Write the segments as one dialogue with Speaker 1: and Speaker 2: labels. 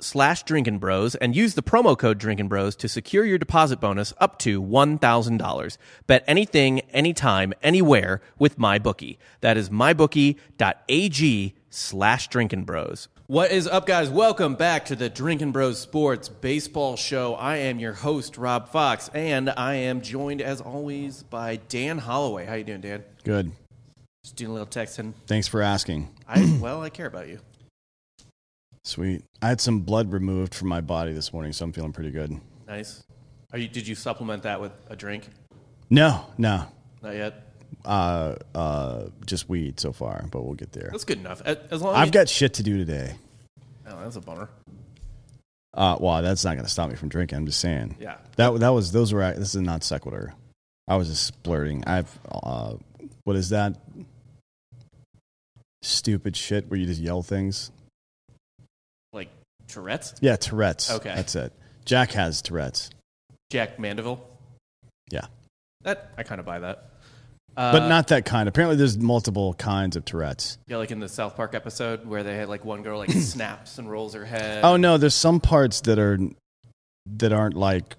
Speaker 1: slash drinking bros and use the promo code drinking bros to secure your deposit bonus up to $1,000. Bet anything, anytime, anywhere with MyBookie. That is mybookie.ag slash drinking bros. What is up, guys? Welcome back to the Drinking Bros Sports Baseball Show. I am your host, Rob Fox, and I am joined, as always, by Dan Holloway. How you doing, Dan?
Speaker 2: Good.
Speaker 1: Just doing a little texting.
Speaker 2: Thanks for asking.
Speaker 1: I well, I care about you.
Speaker 2: Sweet. I had some blood removed from my body this morning, so I'm feeling pretty good.
Speaker 1: Nice. Are you? Did you supplement that with a drink?
Speaker 2: No, no.
Speaker 1: Not yet.
Speaker 2: Uh, uh, just weed so far, but we'll get there.
Speaker 1: That's good enough. A- As long as
Speaker 2: I've got shit to do today.
Speaker 1: Oh, that's a bummer.
Speaker 2: Uh, wow, that's not going to stop me from drinking. I'm just saying.
Speaker 1: Yeah.
Speaker 2: That that was those were this is not sequitur. I was just blurting. I've uh, what is that? Stupid shit where you just yell things.
Speaker 1: Like Tourette's.
Speaker 2: Yeah, Tourette's.
Speaker 1: Okay.
Speaker 2: that's it. Jack has Tourette's,
Speaker 1: Jack Mandeville.
Speaker 2: Yeah.
Speaker 1: That I kind of buy that. Uh,
Speaker 2: but not that kind. Apparently, there's multiple kinds of Tourette's.
Speaker 1: Yeah, like in the South Park episode where they had like one girl like snaps and rolls her head.
Speaker 2: Oh no, there's some parts that are that aren't like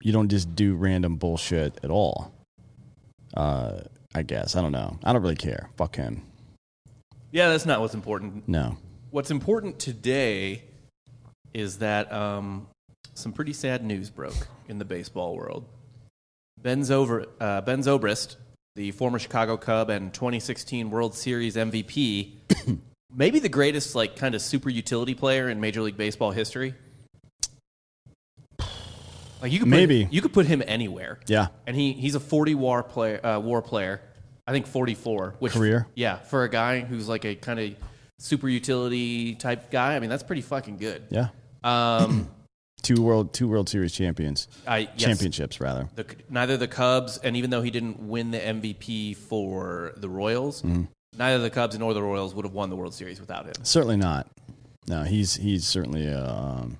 Speaker 2: you don't just do random bullshit at all. Uh, I guess I don't know. I don't really care. Fuck him.
Speaker 1: Yeah, that's not what's important.
Speaker 2: No.
Speaker 1: What's important today is that um, some pretty sad news broke in the baseball world. Ben, Zover, uh, ben Zobrist, the former Chicago Cub and 2016 World Series MVP, maybe the greatest like kind of super utility player in Major League Baseball history. Like you could put-
Speaker 2: Maybe.
Speaker 1: you could put him anywhere.
Speaker 2: Yeah.
Speaker 1: and he he's a 40 war player uh, war player i think 44 which
Speaker 2: Career?
Speaker 1: yeah for a guy who's like a kind of super utility type guy i mean that's pretty fucking good
Speaker 2: Yeah.
Speaker 1: um
Speaker 2: Two world two World Series champions
Speaker 1: i yes,
Speaker 2: championships rather.
Speaker 1: the, neither the cubs and even though he didn't win the mvp for the royals neither the cubs nor the royals would have won the world series without him
Speaker 2: Certainly not. No, he's he's certainly a, um,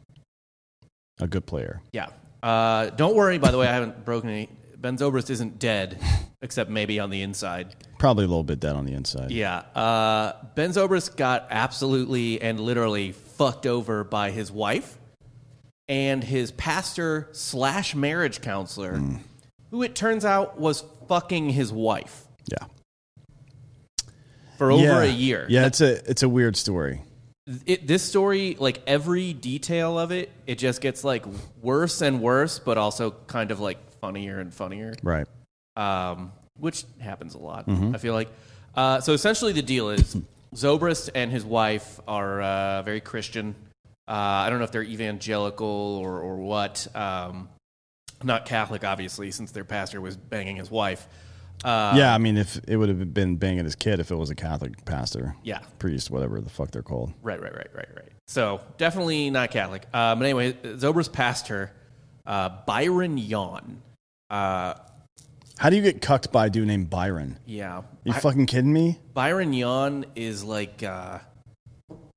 Speaker 2: a good player.
Speaker 1: yeah uh don't worry by the way i haven't broken any ben zobrist isn't dead except maybe on the inside
Speaker 2: Probably a little bit dead on the inside.
Speaker 1: Yeah. Uh, ben Zobrist got absolutely and literally fucked over by his wife and his pastor slash marriage counselor,
Speaker 2: Hmm.
Speaker 1: who it turns out was fucking his wife
Speaker 2: Yeah.
Speaker 1: for over
Speaker 2: Yeah.
Speaker 1: a year.
Speaker 2: Yeah, it's a it's a weird story.
Speaker 1: It, this story, like every detail of it, it just gets like worse and worse, but also kind of like funnier and funnier.
Speaker 2: Right.
Speaker 1: um, which happens a lot. I feel like. Uh, so essentially, the deal is Zobrist and his wife are uh, very Christian. Uh, I don't know if they're evangelical or or what. Um, not Catholic, obviously, since their pastor was banging his wife. Uh,
Speaker 2: yeah, I mean, if it would have been banging his kid if it was a Catholic pastor.
Speaker 1: Yeah.
Speaker 2: priest, whatever the fuck they're called.
Speaker 1: Right, right, right, right, right. So definitely not Catholic. Uh, but anyway, Zobrist pastor uh, Byron Yon. Uh,
Speaker 2: How do you get cucked by a dude named Byron?
Speaker 1: yeah,
Speaker 2: you fucking kidding me?
Speaker 1: Byron Yon is like uh,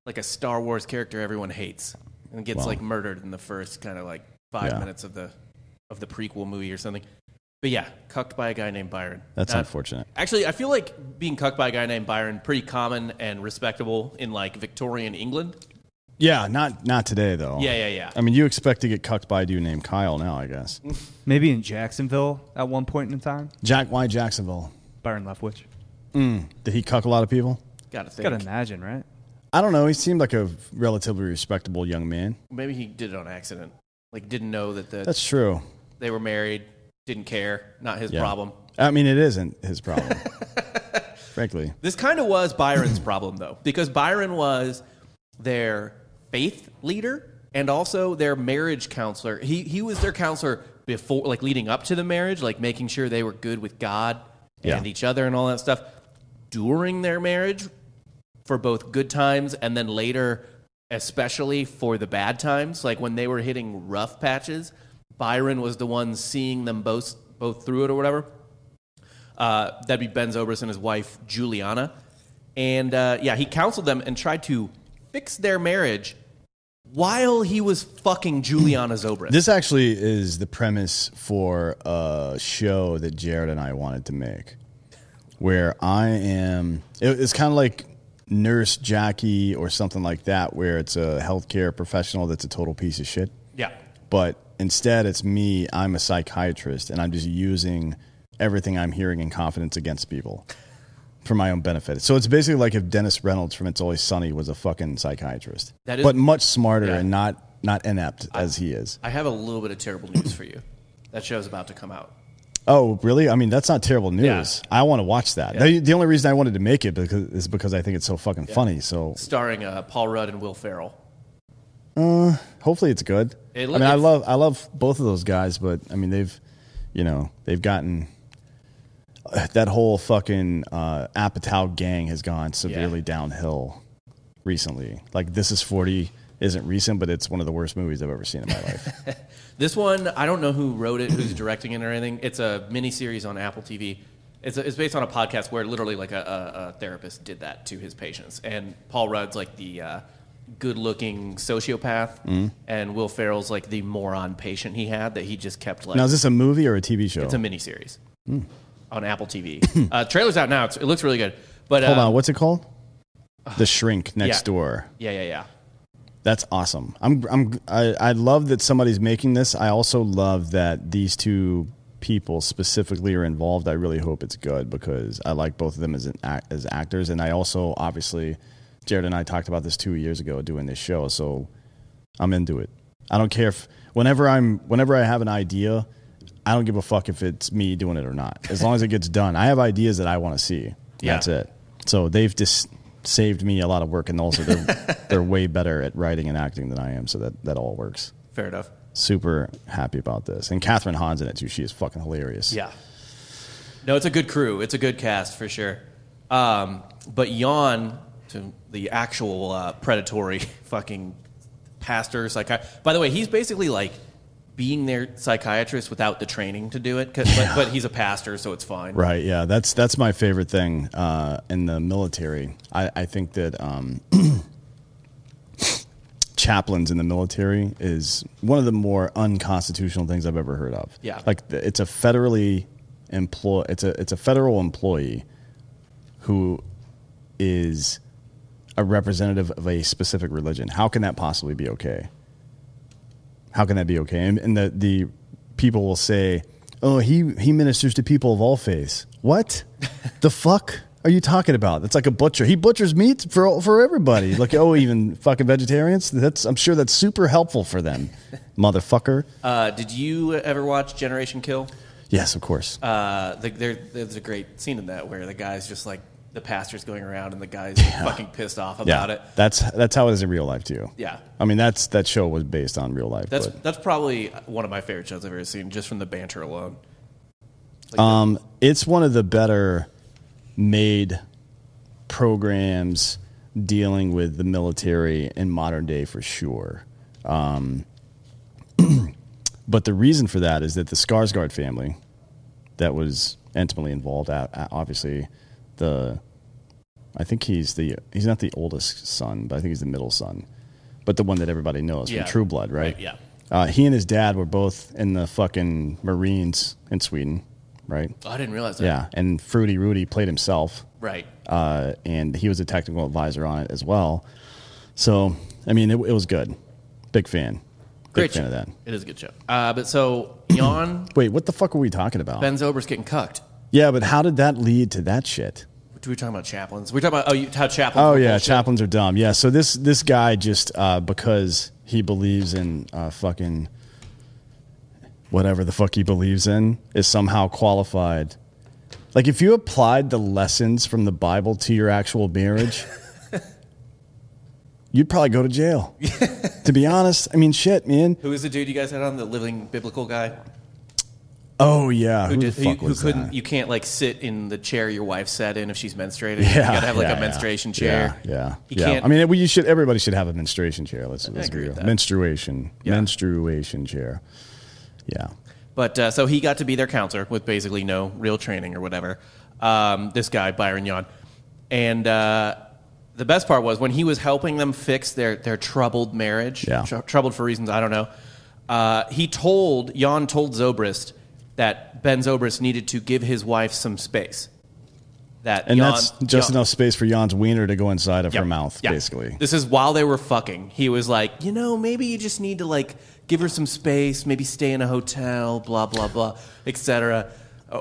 Speaker 1: like a Star Wars character everyone hates and gets like murdered in the first kind of like five
Speaker 2: Yeah.
Speaker 1: minutes of the of the prequel movie or something. But yeah, cucked by a guy named Byron.
Speaker 2: That's
Speaker 1: Not-
Speaker 2: unfortunate.
Speaker 1: Actually, I feel like being cucked by a guy named Byron pretty common and respectable in like Victorian England.
Speaker 2: Yeah, not not today though.
Speaker 1: Yeah, yeah, yeah.
Speaker 2: I mean, you expect to get cucked by a dude named Kyle now, I guess.
Speaker 3: Maybe in Jacksonville at one point in time.
Speaker 2: Jack, why Jacksonville?
Speaker 3: Byron Leftwich.
Speaker 2: Did he cuck a lot of people?
Speaker 1: Gotta think.
Speaker 3: Gotta imagine, right?
Speaker 2: I don't know. He seemed like a relatively respectable young man.
Speaker 1: Maybe he did it on accident. Like didn't know that the,
Speaker 2: That's true.
Speaker 1: they were married. Didn't care. Not his
Speaker 2: Yeah.
Speaker 1: problem.
Speaker 2: I mean, it isn't his problem, frankly.
Speaker 1: This kind of was Byron's problem, though, because Byron was their faith leader and also their marriage counselor. He, he was their counselor before, like leading up to the marriage, like making sure they were good with God and
Speaker 2: Yeah.
Speaker 1: each other and all that stuff during their marriage for both good times and then later, especially for the bad times. Like when they were hitting rough patches, Byron was the one seeing them both both through it or whatever. Uh, that'd be Ben Zobrist and his wife Juliana, and uh, yeah, he counseled them and tried to fix their marriage while he was fucking Juliana Zobrist.
Speaker 2: This actually is the premise for a show that Jared and I wanted to make, where I am. it- It's kind of like nurse jockey or something like that, where it's a healthcare professional that's a total piece of shit.
Speaker 1: yeah,
Speaker 2: But instead, it's me. I'm a psychiatrist, and I'm just using everything I'm hearing in confidence against people for my own benefit. So it's basically like if Dennis Reynolds from It's Always Sunny was a fucking psychiatrist,
Speaker 1: That is-
Speaker 2: but much smarter
Speaker 1: Yeah.
Speaker 2: and not not inept as he is.
Speaker 1: I have a little bit of terrible news for you. That show's about to come out.
Speaker 2: Oh, really? I mean, that's not terrible news.
Speaker 1: Yeah.
Speaker 2: I want to watch that. The, the only reason I wanted to make it because, is because I think it's so fucking funny. So
Speaker 1: starring uh, Paul Rudd and Will Ferrell.
Speaker 2: hopefully it's good.
Speaker 1: It
Speaker 2: I
Speaker 1: loo-
Speaker 2: mean, I
Speaker 1: it's-
Speaker 2: love I love both of those guys, but I mean, they've you know they've gotten uh, that whole fucking uh, Apatow gang has gone severely downhill recently. Like this is forty isn't recent, but it's one of the worst movies I've ever seen in my life.
Speaker 1: This one, I don't know who wrote it, who's directing it, or anything. It's a mini series on Apple TV. It's, a, it's based on a podcast where literally like a, a, a therapist did that to his patients, and Paul Rudd's like the uh, good-looking sociopath,
Speaker 2: Mm-hmm.
Speaker 1: and Will Ferrell's like the moron patient he had that he just kept like.
Speaker 2: now, Hmm. is this a movie or a TV show?
Speaker 1: it's a mini series on Apple TV. uh, trailer's out now. It's, it looks really good. But
Speaker 2: Hold
Speaker 1: uh,
Speaker 2: on, what's it called? The Shrink Next
Speaker 1: yeah.
Speaker 2: Door.
Speaker 1: Yeah, yeah, yeah.
Speaker 2: That's awesome. I'm I'm I, I love that somebody's making this. I also love that these two people specifically are involved. I really hope it's good because I like both of them as an act, as actors, and I also obviously Jared and I talked about this two years ago doing this show, so I'm into it. I don't care if whenever I'm whenever I have an idea, I don't give a fuck if it's me doing it or not. As long as it gets done, I have ideas that I want to see.
Speaker 1: Yeah.
Speaker 2: That's it. So they've just saved me a lot of work, and also they're they're way better at writing and acting than I am. So that that all works.
Speaker 1: Fair enough.
Speaker 2: Super happy about this, and Catherine Hahn's in it too. She is fucking hilarious.
Speaker 1: Yeah. No, it's a good crew. It's a good cast for sure. Um, but yawn to the actual uh, predatory fucking pastor psychiatrist. By the way, he's basically like being their psychiatrist without the training to do it. 'cause- but, but he's a pastor, so it's fine.
Speaker 2: Right. Yeah. That's that's my favorite thing uh, in the military. I, I think that um, chaplains in the military is one of the more unconstitutional things I've ever heard of.
Speaker 1: Yeah.
Speaker 2: Like the- it's a federally employ. It's a it's a federal employee who is a representative of a specific religion. How can that possibly be okay? How can that be okay? And, and the, the people will say, oh, he, he ministers to people of all faiths. What the fuck are you talking about? That's like a butcher. He butchers meat for, for everybody. Like, oh, even fucking vegetarians? That's, I'm sure that's super helpful for them, motherfucker.
Speaker 1: Uh, did you ever watch Generation Kill?
Speaker 2: yes, of course.
Speaker 1: Uh, the, there, there's a great scene in that where the guy's just like, the pastor's going around and the guy's fucking pissed off
Speaker 2: yeah.
Speaker 1: about it.
Speaker 2: That's, that's how it is in real life, too.
Speaker 1: Yeah.
Speaker 2: I mean, that's, that show was based on real life.
Speaker 1: That's
Speaker 2: but-
Speaker 1: that's probably uh, one of my favorite shows I've ever seen, just from the banter alone.
Speaker 2: Um, it's one of the better made programs dealing with the military in modern day for sure. Um, but the reason for that is that the Skarsgård family, that was intimately involved, o- o- obviously the, I think he's the he's not the oldest son, but I think he's the middle son, but the one that everybody knows
Speaker 1: Yeah.
Speaker 2: from True Blood, right?
Speaker 1: Right, yeah.
Speaker 2: Uh, he and his dad were both in the fucking Marines in Sweden, right?
Speaker 1: Oh, I didn't realize that.
Speaker 2: Yeah, and Fruity Rudy played himself,
Speaker 1: Right.
Speaker 2: uh, and he was a technical advisor on it as well. So, I mean, it, it was good. Big fan. Big
Speaker 1: Great
Speaker 2: fan
Speaker 1: show.
Speaker 2: of that.
Speaker 1: It is a good show. Uh, but so Jan
Speaker 2: Wait, what the fuck were we talking about?
Speaker 1: Ben Zobrist getting cucked.
Speaker 2: yeah, but how did that lead to that shit?
Speaker 1: We were talking about chaplains. We were talking about oh, you, how chaplains.
Speaker 2: Oh
Speaker 1: were
Speaker 2: yeah,
Speaker 1: bullshit.
Speaker 2: chaplains are dumb. Yeah, so this this guy just uh, because he believes in uh, fucking whatever the fuck he believes in is somehow qualified. Like if you applied the lessons from the Bible to your actual marriage, you'd probably go to jail. to be honest, I mean shit, man.
Speaker 1: Who is the dude you guys had on the living biblical guy
Speaker 2: Oh yeah, who,
Speaker 1: just-
Speaker 2: the fuck
Speaker 1: who
Speaker 2: was
Speaker 1: couldn't?
Speaker 2: that?
Speaker 1: You can't like sit in the chair your wife sat in if she's menstruating. you
Speaker 2: Yeah,
Speaker 1: gotta have like
Speaker 2: yeah,
Speaker 1: a
Speaker 2: yeah.
Speaker 1: menstruation chair.
Speaker 2: Yeah, yeah.
Speaker 1: You
Speaker 2: yeah.
Speaker 1: can't.
Speaker 2: I mean, we, you should. Everybody should have a menstruation chair. Let's, let's be
Speaker 1: agree with
Speaker 2: real.
Speaker 1: that.
Speaker 2: Menstruation,
Speaker 1: Yeah.
Speaker 2: menstruation chair. Yeah.
Speaker 1: But uh, so he got to be their counselor with basically no real training or whatever. Um, this guy Byron Yon, and uh, the best part was when he was helping them fix their their troubled marriage,
Speaker 2: Yeah.
Speaker 1: tr- troubled for reasons I don't know. Uh, he told Jan told Zobrist that Ben Zobrist needed to give his wife some space. That
Speaker 2: And
Speaker 1: Jan-
Speaker 2: that's just
Speaker 1: Jan-
Speaker 2: enough space for Jan's wiener to go inside of
Speaker 1: yeah.
Speaker 2: her mouth,
Speaker 1: Yeah.
Speaker 2: basically.
Speaker 1: This is while they were fucking. He was like, you know, maybe you just need to like give her some space, maybe stay in a hotel, blah blah blah, etc.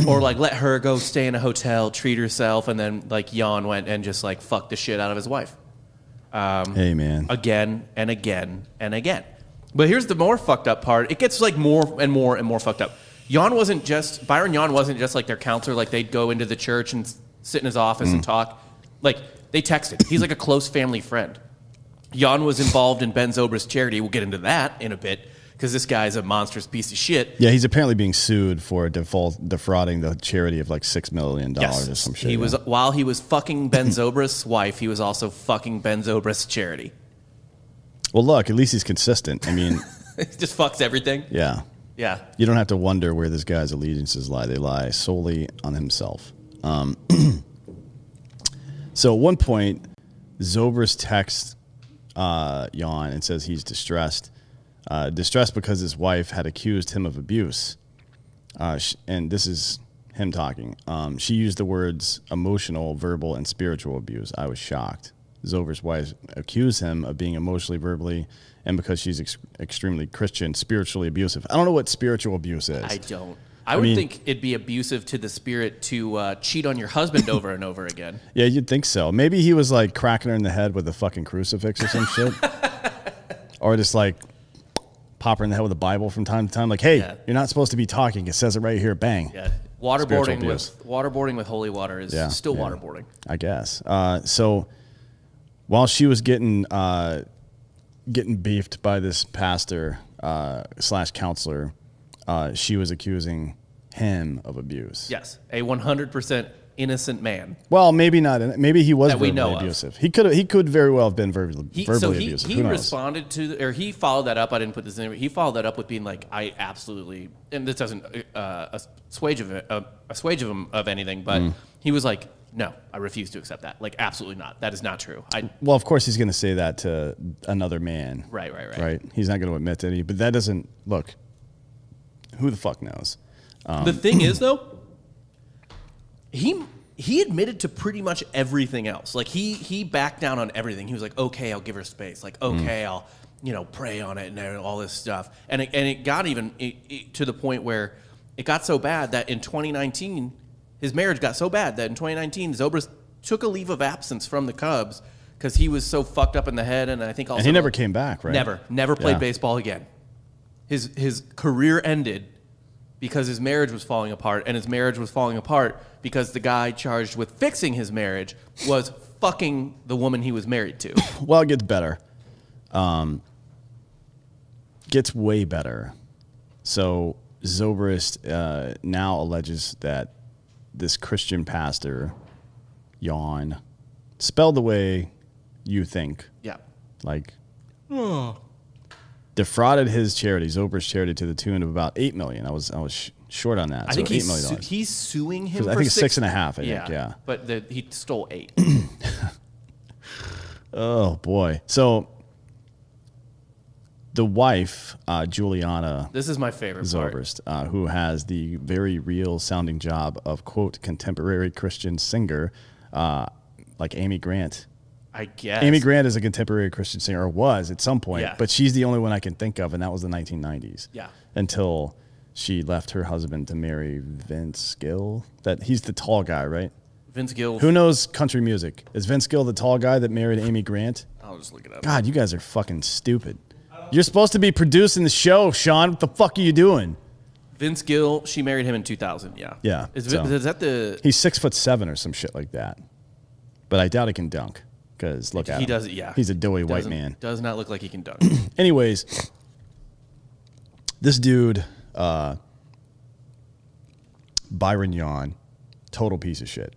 Speaker 1: Or like let her go stay in a hotel, treat herself, and then like Jan went and just like fucked the shit out of his wife
Speaker 2: Hey, man.
Speaker 1: again and again and again. But here's the more fucked up part. It gets like more and more and more fucked up. Jan wasn't just Byron Jan wasn't just like their counselor. Like they'd go into the church and s- sit in his office
Speaker 2: Mm.
Speaker 1: and talk. Like they texted. He's like a close family friend. Jan was involved in Ben Zobrist's charity. We'll get into that in a bit because this guy's a monstrous piece of shit.
Speaker 2: Yeah, he's apparently being sued for default defrauding the charity of like six million dollars or some shit.
Speaker 1: He
Speaker 2: yeah.
Speaker 1: was while he was fucking Ben Zobrist's wife, he was also fucking Ben Zobrist's charity.
Speaker 2: well. Look, at least he's consistent. I mean,
Speaker 1: he just fucks everything.
Speaker 2: yeah,
Speaker 1: Yeah.
Speaker 2: you don't have to wonder where this guy's allegiances lie. They lie solely on himself. Um, so at one point, Zobrist texts uh, Jan and says he's distressed, uh, distressed because his wife had accused him of abuse. Uh, sh- and this is him talking. Um, she used the words emotional, verbal, and spiritual abuse. I was shocked. Zover's wife accused him of being emotionally, verbally, and because she's ex- extremely Christian, spiritually abusive. I don't know what spiritual abuse is.
Speaker 1: I don't. I, would
Speaker 2: mean-
Speaker 1: think it'd be abusive to the spirit to uh, cheat on your husband over and over again.
Speaker 2: yeah, you'd think so. Maybe he was like cracking her in the head with a fucking crucifix or some shit, or just like pop her in the head with a Bible from time to time. Like, hey,
Speaker 1: Yeah.
Speaker 2: you're not supposed to be talking. It says it right here. Bang.
Speaker 1: Yeah,
Speaker 2: Spiritual
Speaker 1: waterboarding
Speaker 2: abuse.
Speaker 1: with waterboarding with holy water is
Speaker 2: Yeah,
Speaker 1: still
Speaker 2: yeah.
Speaker 1: waterboarding.
Speaker 2: I guess. Uh, so while she was getting uh, getting beefed by this pastor uh, slash counselor, uh, she was accusing him of abuse.
Speaker 1: Yes, a one hundred percent innocent man.
Speaker 2: Well, maybe not. Maybe he was
Speaker 1: That we
Speaker 2: verbally
Speaker 1: know of.
Speaker 2: abusive. He could he could very well have been verbally,
Speaker 1: He,
Speaker 2: verbally
Speaker 1: so he,
Speaker 2: abusive.
Speaker 1: he
Speaker 2: Who knows?
Speaker 1: responded to the- or he followed that up. I didn't put this in. He followed that up with being like, I absolutely and this doesn't uh, assuage of it, uh, assuage of him of anything, but
Speaker 2: Mm.
Speaker 1: he was like, no, I refuse to accept that. Like, absolutely not. That is not true. I
Speaker 2: well, of course he's going to say that to another man.
Speaker 1: Right, right, right.
Speaker 2: Right. He's not going to admit to any. But that doesn't look. Who the fuck knows? Um,
Speaker 1: the thing is though he he admitted to pretty much everything else like he he backed down on everything he was like okay i'll give her space like
Speaker 2: Mm.
Speaker 1: okay i'll you know pray on it and all this stuff and it, and it got even it, it, to the point where it got so bad that in 2019 his marriage got so bad that in 2019 zobrist took a leave of absence from the cubs because he was so fucked up in the head and i think also
Speaker 2: And he never came back. Right.
Speaker 1: Never, never played
Speaker 2: Yeah.
Speaker 1: baseball again. His his career ended because his marriage was falling apart, and his marriage was falling apart because the guy charged with fixing his marriage was fucking the woman he was married to.
Speaker 2: Well, it gets better. Um, gets way better. So Zobrist uh, now alleges that this Christian pastor, yawn, spelled the way you think,
Speaker 1: yeah,
Speaker 2: like defrauded his charity, Zobrist charity, to the tune of about eight million. I was I was sh- short on that.
Speaker 1: I
Speaker 2: so
Speaker 1: think
Speaker 2: eight
Speaker 1: he's
Speaker 2: million
Speaker 1: su-
Speaker 2: dollars.
Speaker 1: he's suing him.
Speaker 2: I
Speaker 1: for
Speaker 2: think it's six and a half, I think, yeah.
Speaker 1: but the, he stole eight.
Speaker 2: oh boy. So the wife, uh, Juliana.
Speaker 1: this is my favorite part.
Speaker 2: Zobrist, uh, who has the very real sounding job of quote contemporary Christian singer, uh, like Amy Grant.
Speaker 1: I guess
Speaker 2: Amy Grant is a contemporary Christian singer, or was at some point,
Speaker 1: Yeah.
Speaker 2: but she's the only one I can think of, and that was the 1990s.
Speaker 1: Yeah.
Speaker 2: Until she left her husband to marry Vince Gill. That he's the tall guy, right?
Speaker 1: Vince Gill.
Speaker 2: Who knows country music? Is Vince Gill the tall guy that married Amy Grant?
Speaker 1: I'll just look it up.
Speaker 2: God, you guys are fucking stupid. You're supposed to be producing the show, Sean. What the fuck are you doing?
Speaker 1: Vince Gill. She married him in 2000. Yeah.
Speaker 2: Yeah,
Speaker 1: Is,
Speaker 2: so-
Speaker 1: is that the
Speaker 2: He's six foot seven or some shit like that. But I doubt he can dunk because look at him.
Speaker 1: he does it? Yeah.
Speaker 2: He's a doughy white
Speaker 1: Doesn't-
Speaker 2: man.
Speaker 1: Does not look like he can dunk.
Speaker 2: Anyways, this dude, uh, Byron Yawn, total piece of shit,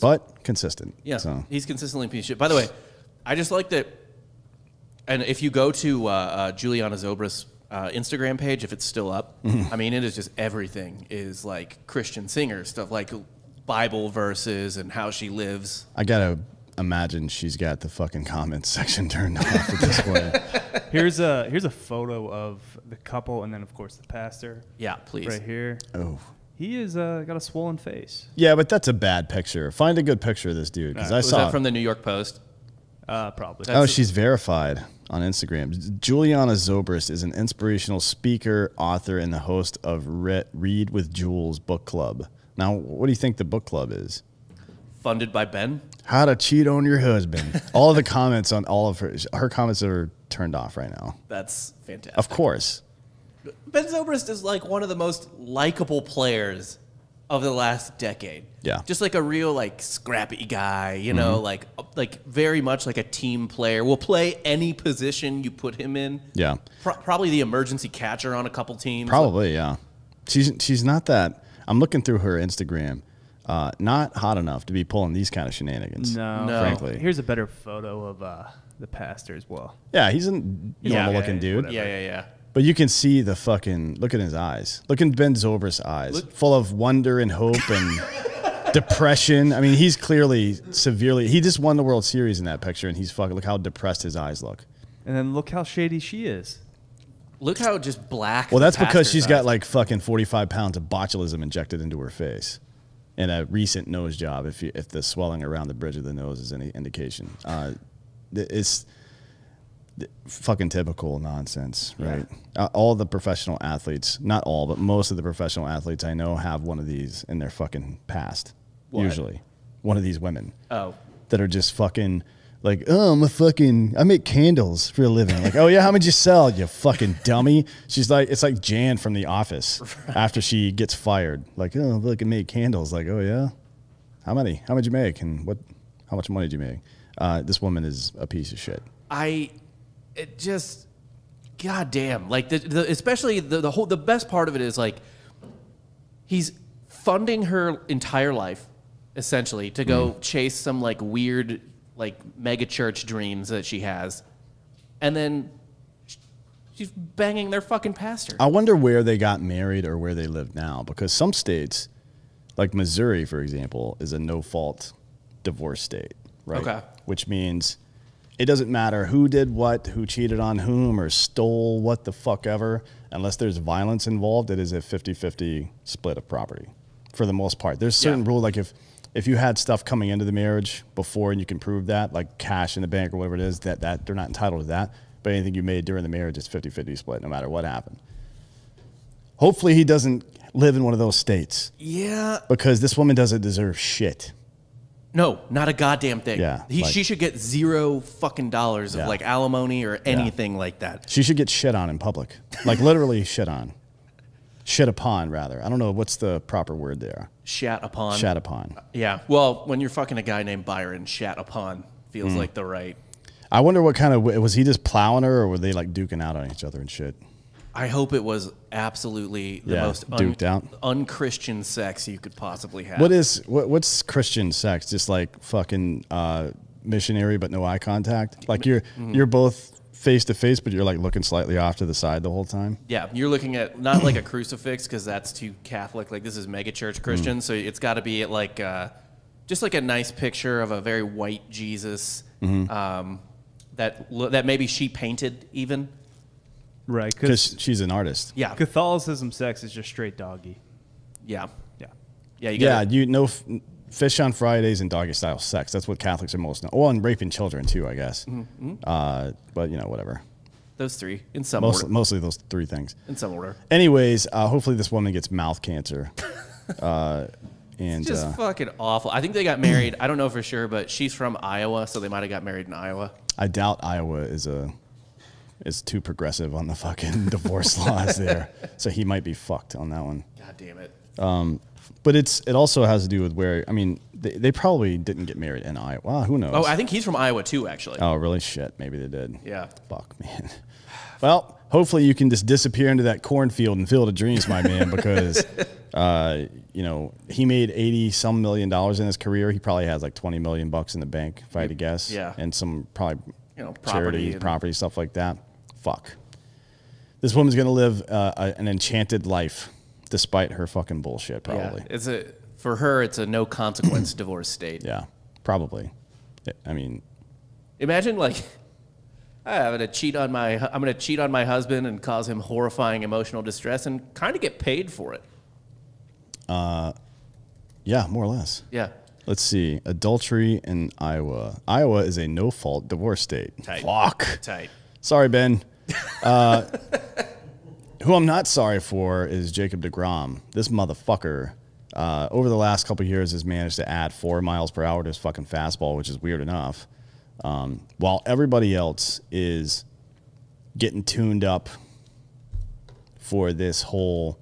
Speaker 2: but consistent.
Speaker 1: Yeah,
Speaker 2: So,
Speaker 1: he's consistently a piece of shit. By the way, I just like that. And if you go to uh, uh, Juliana Zobrist's uh, Instagram page if it's still up.
Speaker 2: Mm-hmm.
Speaker 1: I mean, it is just everything is like Christian singers stuff, like Bible verses and how she lives.
Speaker 2: I gotta imagine she's got the fucking comments section turned off at this point.
Speaker 3: Here's a here's a photo of the couple, and then of course the pastor.
Speaker 1: Yeah, please.
Speaker 3: Right here,
Speaker 2: Oh.
Speaker 3: he is uh, got a swollen face.
Speaker 2: Yeah, but that's a bad picture. Find a good picture of this dude because I
Speaker 1: Was
Speaker 2: saw.
Speaker 1: that from the New York Post?
Speaker 3: Uh, probably.
Speaker 2: oh, she's verified on Instagram. Juliana Zobrist is an inspirational speaker, author, and the host of Re- Read with Jules Book Club. Now, what do you think the book club is?
Speaker 1: Funded by Ben?
Speaker 2: How to cheat on your husband. all the comments on all of her her comments are turned off right now.
Speaker 1: That's fantastic.
Speaker 2: Of course.
Speaker 1: Ben Zobrist is like one of the most likable players of the last decade.
Speaker 2: Yeah. Mm-hmm.
Speaker 1: Just like a real like scrappy guy, you know, like like very much like a team player. Will play any position you put him in.
Speaker 2: Yeah.
Speaker 1: Pro- probably the emergency catcher on a couple teams.
Speaker 2: Probably, yeah. She's she's not that. I'm looking through her Instagram. Uh, not hot enough to be pulling these kind of shenanigans.
Speaker 3: no,
Speaker 1: No.
Speaker 2: frankly.
Speaker 3: Here's a better photo of uh, the pastor as well.
Speaker 2: Yeah, he's a normal
Speaker 1: Yeah, okay,
Speaker 2: looking dude.
Speaker 1: yeah, yeah, yeah.
Speaker 2: But you can see the fucking look at his eyes. Look in Ben Zobrist's eyes, full of wonder and hope and depression. I mean, he's clearly severely. He just won the World Series in that picture, and he's fucking. Look how depressed his eyes look.
Speaker 3: And then look how shady she is.
Speaker 1: Look how just black.
Speaker 2: Well,
Speaker 1: the
Speaker 2: that's because
Speaker 1: pastor's
Speaker 2: she's got
Speaker 1: eyes-
Speaker 2: like fucking 45 pounds of botulism injected into her face and a recent nose job, if, you, if the swelling around the bridge of the nose is any indication. Uh, th- it's th- fucking typical nonsense, right? Uh, all the professional athletes, not all, but most of the professional athletes I know have one of these in their fucking past,
Speaker 1: What?
Speaker 2: usually. One of these women
Speaker 1: Oh,
Speaker 2: that are just fucking like, oh, I'm a fucking, I make candles for a living. Like, oh yeah, how much you sell, you fucking dummy? She's like, it's like Jan from The Office after she gets fired. Like, oh, look, I made candles. Like, oh yeah, how many? How much you make? And what? How much money did you make? Uh, this woman is a piece of shit.
Speaker 1: I, it just, goddamn, like the, the especially the, the whole the best part of it is like, he's funding her entire life, essentially, to
Speaker 2: Mm-hmm.
Speaker 1: go chase some like weird like mega church dreams that she has, and then sh- she's banging their fucking pastor.
Speaker 2: I wonder where they got married or where they live now because some states, like Missouri, for example, is a no fault divorce state, right?
Speaker 1: Okay.
Speaker 2: Which means it doesn't matter who did what, who cheated on whom, or stole what the fuck ever, unless there's violence involved, it is a 50 50 split of property for the most part. There's certain
Speaker 1: Yeah.
Speaker 2: rule like if if you had stuff coming into the marriage before and you can prove that, like cash in the bank or whatever it is, that, that they're not entitled to that. But anything you made during the marriage is 50 50 split, no matter what happened. Hopefully, he doesn't live in one of those states
Speaker 1: yeah,
Speaker 2: because this woman doesn't deserve shit.
Speaker 1: No, not a goddamn thing.
Speaker 2: Yeah,
Speaker 1: he,
Speaker 2: like-
Speaker 1: she should get zero fucking dollars
Speaker 2: Yeah.
Speaker 1: of like alimony or anything like that.
Speaker 2: She should get shit on in public, like literally shit on, shit upon rather. I don't know what's the proper word there.
Speaker 1: Shat upon.
Speaker 2: Shat upon.
Speaker 1: Yeah. Well, when you're fucking a guy named Byron, shat upon
Speaker 2: Mm.
Speaker 1: feels like the right.
Speaker 2: I wonder what kind of was he just plowing her, or were they like duking out on each other and shit?
Speaker 1: I hope it was absolutely the
Speaker 2: Yeah,
Speaker 1: most
Speaker 2: duked out.
Speaker 1: unchristian sex you could possibly have.
Speaker 2: What is what, what's Christian sex? Just like fucking uh, missionary, but no eye contact. Like you're you're both face to face, but you're like looking slightly off to the side the whole time.
Speaker 1: Yeah, you're looking at not like a crucifix because that's too Catholic. Like this is megachurch
Speaker 2: Mm.
Speaker 1: Christian, so it's got to be at like uh, just like a nice picture of a very white Jesus
Speaker 2: Mm-hmm.
Speaker 1: um, that lo- that maybe she painted even.
Speaker 3: Right, because
Speaker 2: Because she's an artist.
Speaker 1: Yeah,
Speaker 3: Catholicism sex is just straight doggy.
Speaker 1: yeah,
Speaker 3: Yeah.
Speaker 1: yeah. You
Speaker 2: Yeah,
Speaker 1: gotta,
Speaker 2: you know, f- fish on Fridays and doggy style sex. That's what Catholics are most known. Oh, and raping children too, I guess.
Speaker 1: Mm-hmm,
Speaker 2: Uh, but you know, whatever.
Speaker 1: those three in some
Speaker 2: Most,
Speaker 1: order.
Speaker 2: mostly those three things.
Speaker 1: In some order.
Speaker 2: Anyways, uh, hopefully this woman gets mouth cancer. uh, and
Speaker 1: Just
Speaker 2: uh,
Speaker 1: fucking awful. I think they got married. I don't know for sure, but she's from Iowa, so they might have got married in Iowa.
Speaker 2: I doubt Iowa is a is too progressive on the fucking divorce laws there. So he might be fucked on that one.
Speaker 1: God damn it.
Speaker 2: Oh, But it's it also has to do with where I mean they, they probably didn't get married in Iowa. Who knows?
Speaker 1: Oh, I think he's from Iowa too, actually.
Speaker 2: Oh, really? Shit. Maybe they did.
Speaker 1: Yeah.
Speaker 2: Fuck, man. Well, hopefully you can just disappear into that cornfield and field of dreams, my man, because, uh, you know, he made 80 some million dollars in his career. He probably has like 20 million bucks in the bank, if I had to guess.
Speaker 1: Yeah.
Speaker 2: And some probably
Speaker 1: You know, property
Speaker 2: charity,
Speaker 1: and-
Speaker 2: property, stuff like that. Fuck. This woman's gonna live uh, a, an enchanted life, despite her fucking bullshit. Probably.
Speaker 1: It's a for her. It's a no consequence divorce state.
Speaker 2: Yeah. Probably. Yeah, I mean,
Speaker 1: Imagine like "Ah, I'm gonna cheat on my hu- I'm gonna cheat on my husband and cause him horrifying emotional distress and kind of get paid for it.
Speaker 2: yeah, more or less.
Speaker 1: Yeah.
Speaker 2: Let's see. Adultery in Iowa. Iowa is a no fault divorce state. Fuck.
Speaker 1: Tight.
Speaker 2: Sorry, Ben. Uh, who I'm not sorry for is Jacob DeGrom. This motherfucker, uh, over the last couple of years, has managed to add four miles per hour to his fucking fastball, which is weird enough. Um, while everybody else is getting tuned up for this whole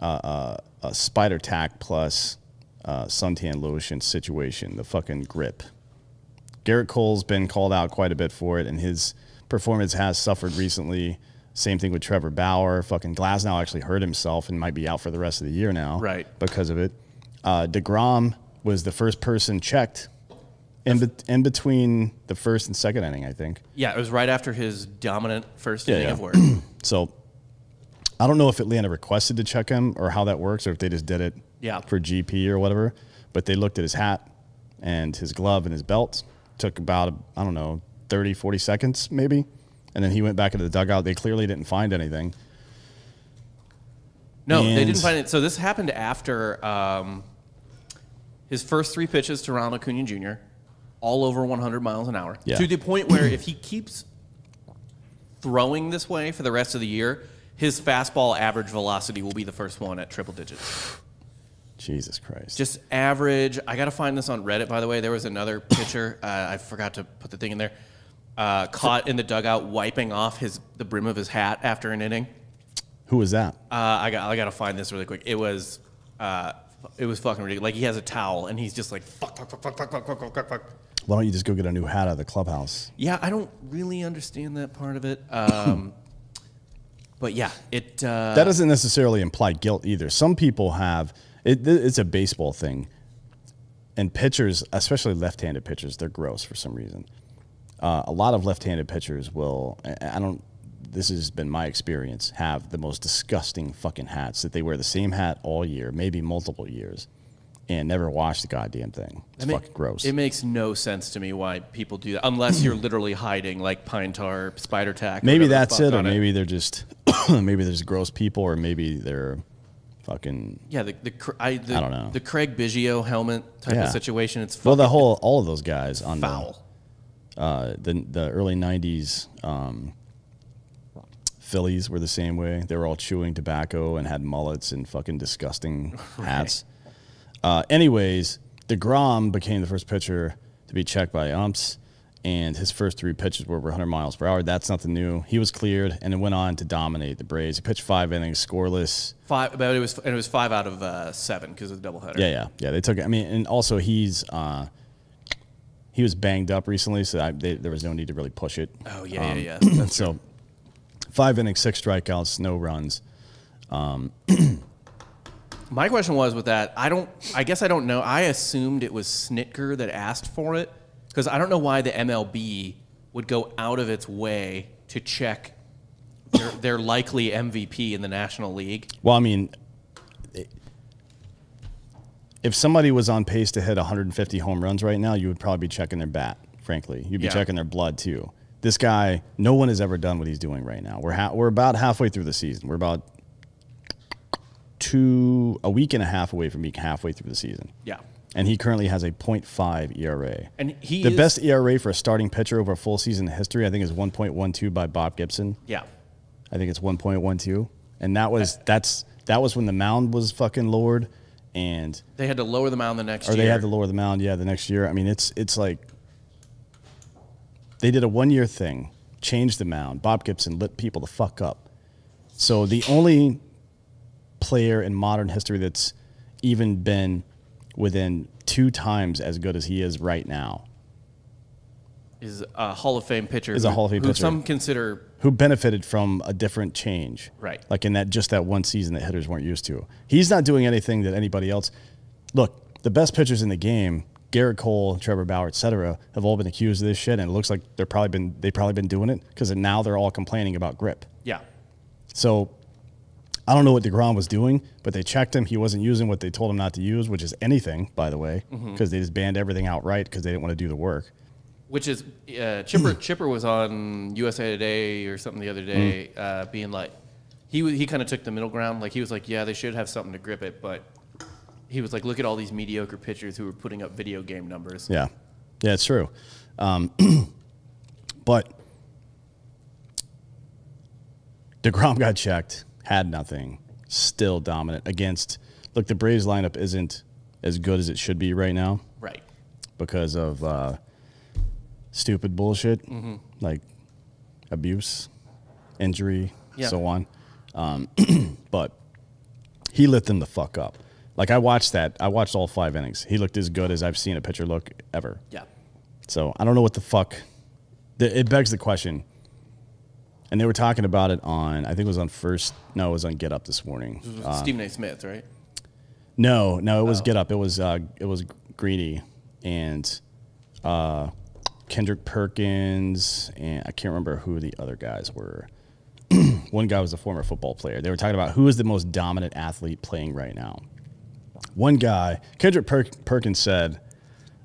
Speaker 2: uh, uh, uh, spider tack plus uh, suntan lotion situation, the fucking grip. Garrett Cole's been called out quite a bit for it, and his performance has suffered recently. Same thing with Trevor Bauer. Fucking Glasnow actually hurt himself and might be out for the rest of the year now,
Speaker 1: Right.
Speaker 2: Because of it. Uh, Degrom was the first person checked in, be- in between the first and second inning, I think.
Speaker 1: Yeah, it was right after his dominant first inning
Speaker 2: yeah.
Speaker 1: of work.
Speaker 2: So I don't know if Atlanta requested to check him or how that works or if they just did it
Speaker 1: Yeah.
Speaker 2: for GP or whatever. But they looked at his hat and his glove and his belt. Took about, I don't know, 30, 40 seconds maybe. And then he went back into the dugout. They clearly didn't find anything.
Speaker 1: No, they
Speaker 2: And-
Speaker 1: didn't find it. So this happened after um, his first three pitches to Ronald Acuna Jr., all over 100 miles an hour,
Speaker 2: Yeah.
Speaker 1: to the point where if he keeps throwing this way for the rest of the year, his fastball average velocity will be the first one at triple digits.
Speaker 2: Jesus Christ.
Speaker 1: Just average. I got to find this on Reddit, by the way. There was another pitcher. Uh, I forgot to put the thing in there. Uh, caught in the dugout, wiping off his the brim of his hat after an inning.
Speaker 2: Who was that?
Speaker 1: Uh, I got I got to find this really quick. It was uh, it was fucking ridiculous. Like he has a towel and he's just like fuck fuck fuck fuck fuck fuck fuck fuck fuck. fuck.
Speaker 2: Why don't you just go get a new hat out of the clubhouse?
Speaker 1: Yeah, I don't really understand that part of it. Um, but yeah, it uh,
Speaker 2: that doesn't necessarily imply guilt either. Some people have it, th- it's a baseball thing, and pitchers, especially left-handed pitchers, they're gross for some reason. Uh, a lot of left-handed pitchers will. I- I don't. This has been my experience. Have the most disgusting fucking hats that they wear the same hat all year, maybe multiple years, and never wash the goddamn thing. It's
Speaker 1: I mean,
Speaker 2: fucking gross.
Speaker 1: It makes no sense to me why people do that unless you're literally hiding like pine tar, spider tack. or
Speaker 2: maybe
Speaker 1: whatever the
Speaker 2: that's
Speaker 1: fuck
Speaker 2: it, or
Speaker 1: on
Speaker 2: maybe they're just maybe there's gross people, or maybe they're fucking
Speaker 1: yeah the the, cr- I, the
Speaker 2: I don't know.
Speaker 1: the Craig Biggio helmet type
Speaker 2: Yeah.
Speaker 1: of situation. It's fucking
Speaker 2: Well, the whole all of those guys on the-
Speaker 1: foul.
Speaker 2: uh, the the early '90s um, Phillies were the same way. They were all chewing tobacco and had mullets and fucking disgusting hats. Uh, anyways, Degrom became the first pitcher to be checked by umps, and his first three pitches were over 100 miles per hour. That's nothing new. He was cleared and then went on to dominate the Braves. He pitched five innings, scoreless.
Speaker 1: Five, but it was and it was five out of uh, seven because of the doubleheader.
Speaker 2: Yeah, yeah, yeah. They took. I mean, and also he's uh, he was banged up recently, so I, they, there was no need to really push it.
Speaker 1: Oh yeah,
Speaker 2: Um,
Speaker 1: yeah, yeah.
Speaker 2: so five innings, six strikeouts, no runs.
Speaker 1: My question was with that. I don't. I guess I don't know. I assumed it was Snitker that asked for it because I don't know why the MLB would go out of its way to check their, their likely MVP in the National League.
Speaker 2: Well, I mean, if somebody was on pace to hit 150 home runs right now, you would probably be checking their bat. Frankly, you'd be
Speaker 1: Yeah.
Speaker 2: checking their blood too. This guy, no one has ever done what he's doing right now. We're ha- we're about halfway through the season. We're about two a week and a half away from being halfway through the season.
Speaker 1: Yeah.
Speaker 2: and he currently has a E 0.5 ERA.
Speaker 1: And he
Speaker 2: the
Speaker 1: is-
Speaker 2: best ERA for a starting pitcher over a full season in history, I think, is 1.12 by Bob Gibson.
Speaker 1: Yeah.
Speaker 2: I think it's 1.12, and that was
Speaker 1: Uh,
Speaker 2: that's that was when the mound was fucking lowered, and
Speaker 1: They had to lower the mound the next
Speaker 2: or
Speaker 1: year.
Speaker 2: they had to lower the mound. Yeah, the next year. I mean, it's it's like they did a one year thing, changed the mound. Bob Gibson lit people the fuck up. So the only player in modern history that's even been within two times as good as he is right now,
Speaker 1: is a Hall of Fame pitcher.
Speaker 2: Is a
Speaker 1: who-
Speaker 2: Hall of Fame
Speaker 1: who
Speaker 2: pitcher.
Speaker 1: Some consider
Speaker 2: who benefited from a different change,
Speaker 1: Right.
Speaker 2: Like in that just that one season that hitters weren't used to. He's not doing anything that anybody else. Look, the best pitchers in the game, Garrett Cole, Trevor Bauer, etc., have all been accused of this shit, and it looks like they're probably been they probably been doing it because now they're all complaining about grip.
Speaker 1: yeah.
Speaker 2: So I don't know what DeGrom was doing, but they checked him. He wasn't using what they told him not to use, which is anything, by the way, because they just banned everything outright because they didn't want to do the work.
Speaker 1: which is uh,
Speaker 2: Hmm.
Speaker 1: Chipper. Chipper was on USA Today or something the other day, uh, being like, he wa- he kind of took the middle ground. Like he was like, yeah, they should have something to grip it, but he was like, look at all these mediocre pitchers who were putting up video game numbers.
Speaker 2: Yeah, yeah, it's true. Um, but Degrom got checked, had nothing, still dominant against. Look, the Braves lineup isn't as good as it should be right now
Speaker 1: Right.
Speaker 2: because of uh, stupid bullshit like abuse, injury,
Speaker 1: Yeah.
Speaker 2: so on. Um, but he lit them the fuck up. Like I watched that. I watched all five innings. He looked as good as I've seen a pitcher look ever.
Speaker 1: Yeah.
Speaker 2: So I don't know what the fuck. the- It begs the question. And they were talking about it on, I think it was on first, no, it was on Get Up this morning.
Speaker 1: Stephen A. Smith, right?
Speaker 2: No, no, it was Get Up. It was uh, it was Greeny and uh, Kendrick Perkins, and I can't remember who the other guys were. One guy was a former football player. They were talking about who is the most dominant athlete playing right now. One guy, Kendrick Perk- Perkins, said,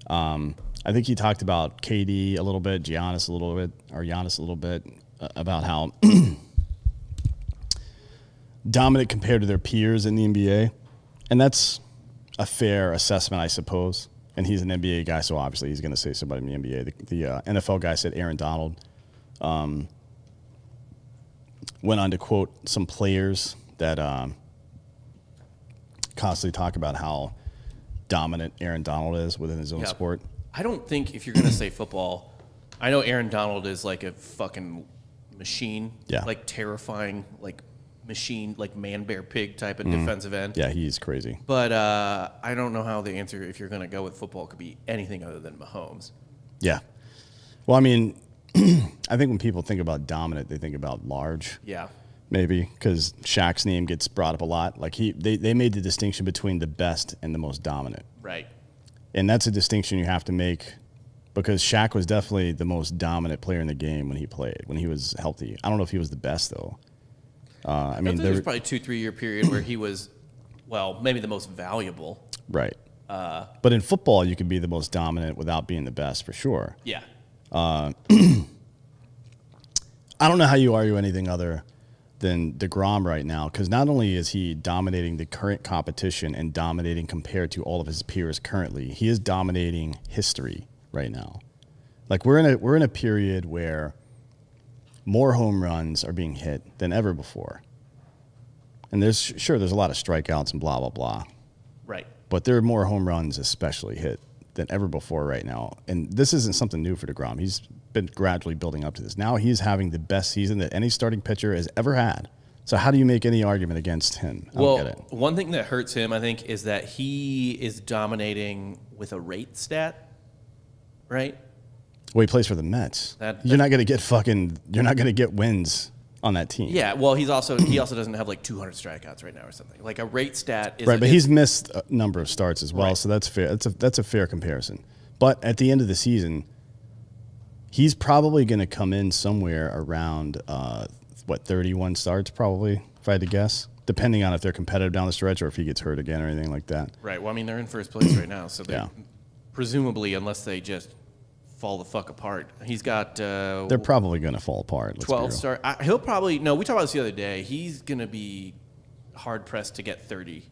Speaker 2: um, I think he talked about KD a little bit, Giannis a little bit, or Giannis a little bit uh, about how dominant compared to their peers in the NBA. And that's a fair assessment, I suppose. And he's an NBA guy, so obviously he's going to say somebody in the NBA. The, the uh, NFL guy said Aaron Donald um, went on to quote some players that um, constantly talk about how dominant Aaron Donald is within his own
Speaker 1: Yeah.
Speaker 2: sport.
Speaker 1: I don't think if you're gonna say football, I know Aaron Donald is like a fucking machine.
Speaker 2: Yeah.
Speaker 1: Like terrifying, like machine, like man bear pig type of defensive end.
Speaker 2: Mm-hmm. Yeah, he's crazy.
Speaker 1: But uh, I don't know how the answer, if you're going to go with football, could be anything other than Mahomes.
Speaker 2: Yeah. Well, I mean, I think when people think about dominant, they think about large.
Speaker 1: Yeah.
Speaker 2: maybe because Shaq's name gets brought up a lot. Like he, they, they made the distinction between the best and the most dominant,
Speaker 1: Right.
Speaker 2: and that's a distinction you have to make because Shaq was definitely the most dominant player in the game when he played when he was healthy. I don't know if he was the best though. Uh, I
Speaker 1: I
Speaker 2: mean,
Speaker 1: think there's
Speaker 2: there,
Speaker 1: probably a two, three year period where he was, well, maybe the most valuable.
Speaker 2: right. Uh, but in football, you can be the most dominant without being the best for sure.
Speaker 1: Yeah.
Speaker 2: I don't know how you argue anything other than DeGrom right now because not only is he dominating the current competition and dominating compared to all of his peers currently, he is dominating history right now. Like we're in a we're in a period where more home runs are being hit than ever before. And there's sure there's a lot of strikeouts and blah blah blah,
Speaker 1: Right.
Speaker 2: but there are more home runs especially hit than ever before right now. And this isn't something new for DeGrom. He's been gradually building up to this. Now he's having the best season that any starting pitcher has ever had. So how do you make any argument against him? I don't get
Speaker 1: Well,
Speaker 2: it.
Speaker 1: one thing that hurts him, I think, is that he is dominating with a rate stat, right?
Speaker 2: Well, he plays for the Mets.
Speaker 1: That-
Speaker 2: you're not going to get fucking you're not going to get wins on that team.
Speaker 1: Yeah. Well, he's also, he also doesn't have like 200 strikeouts right now or something. Like a rate stat is.
Speaker 2: right, but
Speaker 1: is-
Speaker 2: he's missed a number of starts as well,
Speaker 1: Right.
Speaker 2: so that's fair. That's a that's a fair comparison. But at the end of the season, he's probably going to come in somewhere around uh, what thirty-one starts, probably if I had to guess, depending on if they're competitive down the stretch or if he gets hurt again or anything like that.
Speaker 1: Right. Well, I mean, they're in first place right now, so they
Speaker 2: Yeah.
Speaker 1: presumably, unless they just fall the fuck apart, he's got uh,
Speaker 2: They're probably going to fall apart. let's be real.
Speaker 1: twelve star. I, he'll probably no. We talked about this the other day. He's gonna be hard pressed to get thirty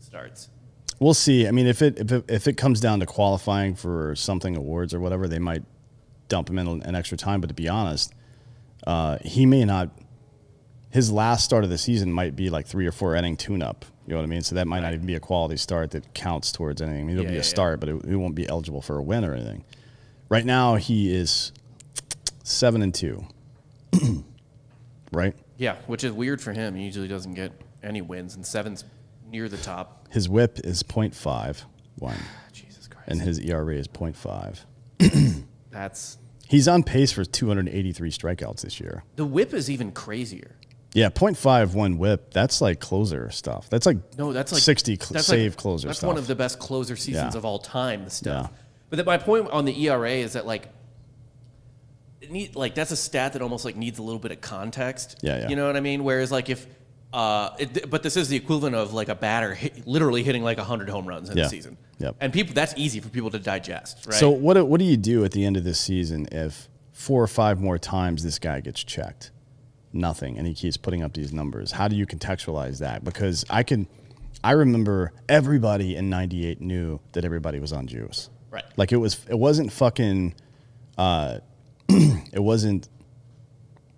Speaker 1: starts.
Speaker 2: We'll see. I mean, if it, if it if it comes down to qualifying for something awards or whatever, they might dump him in an extra time. But to be honest, uh, he may not. His last start of the season might be like three or four inning tune up. You know what I mean? So that might not even be a quality start that counts towards anything. I mean, it'll
Speaker 1: Yeah,
Speaker 2: be
Speaker 1: yeah, yeah.
Speaker 2: a start, but it, it won't be eligible for a win or anything. Right now, he is seven and two. right.
Speaker 1: Yeah, which is weird for him. He usually doesn't get any wins, and seven's near the top.
Speaker 2: His whip is 0.51,
Speaker 1: Jesus Christ,
Speaker 2: and his ERA is 0.5.
Speaker 1: that's
Speaker 2: He's on pace for 283 strikeouts this year.
Speaker 1: the whip is even crazier.
Speaker 2: Yeah, 0.51 whip. That's like closer stuff. That's like
Speaker 1: No, that's like
Speaker 2: 60 cl-
Speaker 1: that's like-
Speaker 2: save closer
Speaker 1: That's
Speaker 2: stuff.
Speaker 1: one of the best closer seasons
Speaker 2: Yeah.
Speaker 1: of all time. The E stuff.
Speaker 2: Yeah.
Speaker 1: But then my point on the ERA is that like it need like that's a stat that almost like needs a little bit of context.
Speaker 2: Yeah, yeah.
Speaker 1: You know what I mean? Whereas like if uh, it, but this is the equivalent of like a batter hit, literally hitting like hundred home runs in
Speaker 2: Yeah.
Speaker 1: a season.
Speaker 2: Yep.
Speaker 1: And people that's easy for people to digest, right?
Speaker 2: So what do- what do you do at the end of this season if four or five more times this guy gets checked? Nothing, and he keeps putting up these numbers. How do you contextualize that? Because I can, I remember everybody in '98 knew that everybody was on juice.
Speaker 1: Right.
Speaker 2: Like it was, it wasn't fucking, uh, it wasn't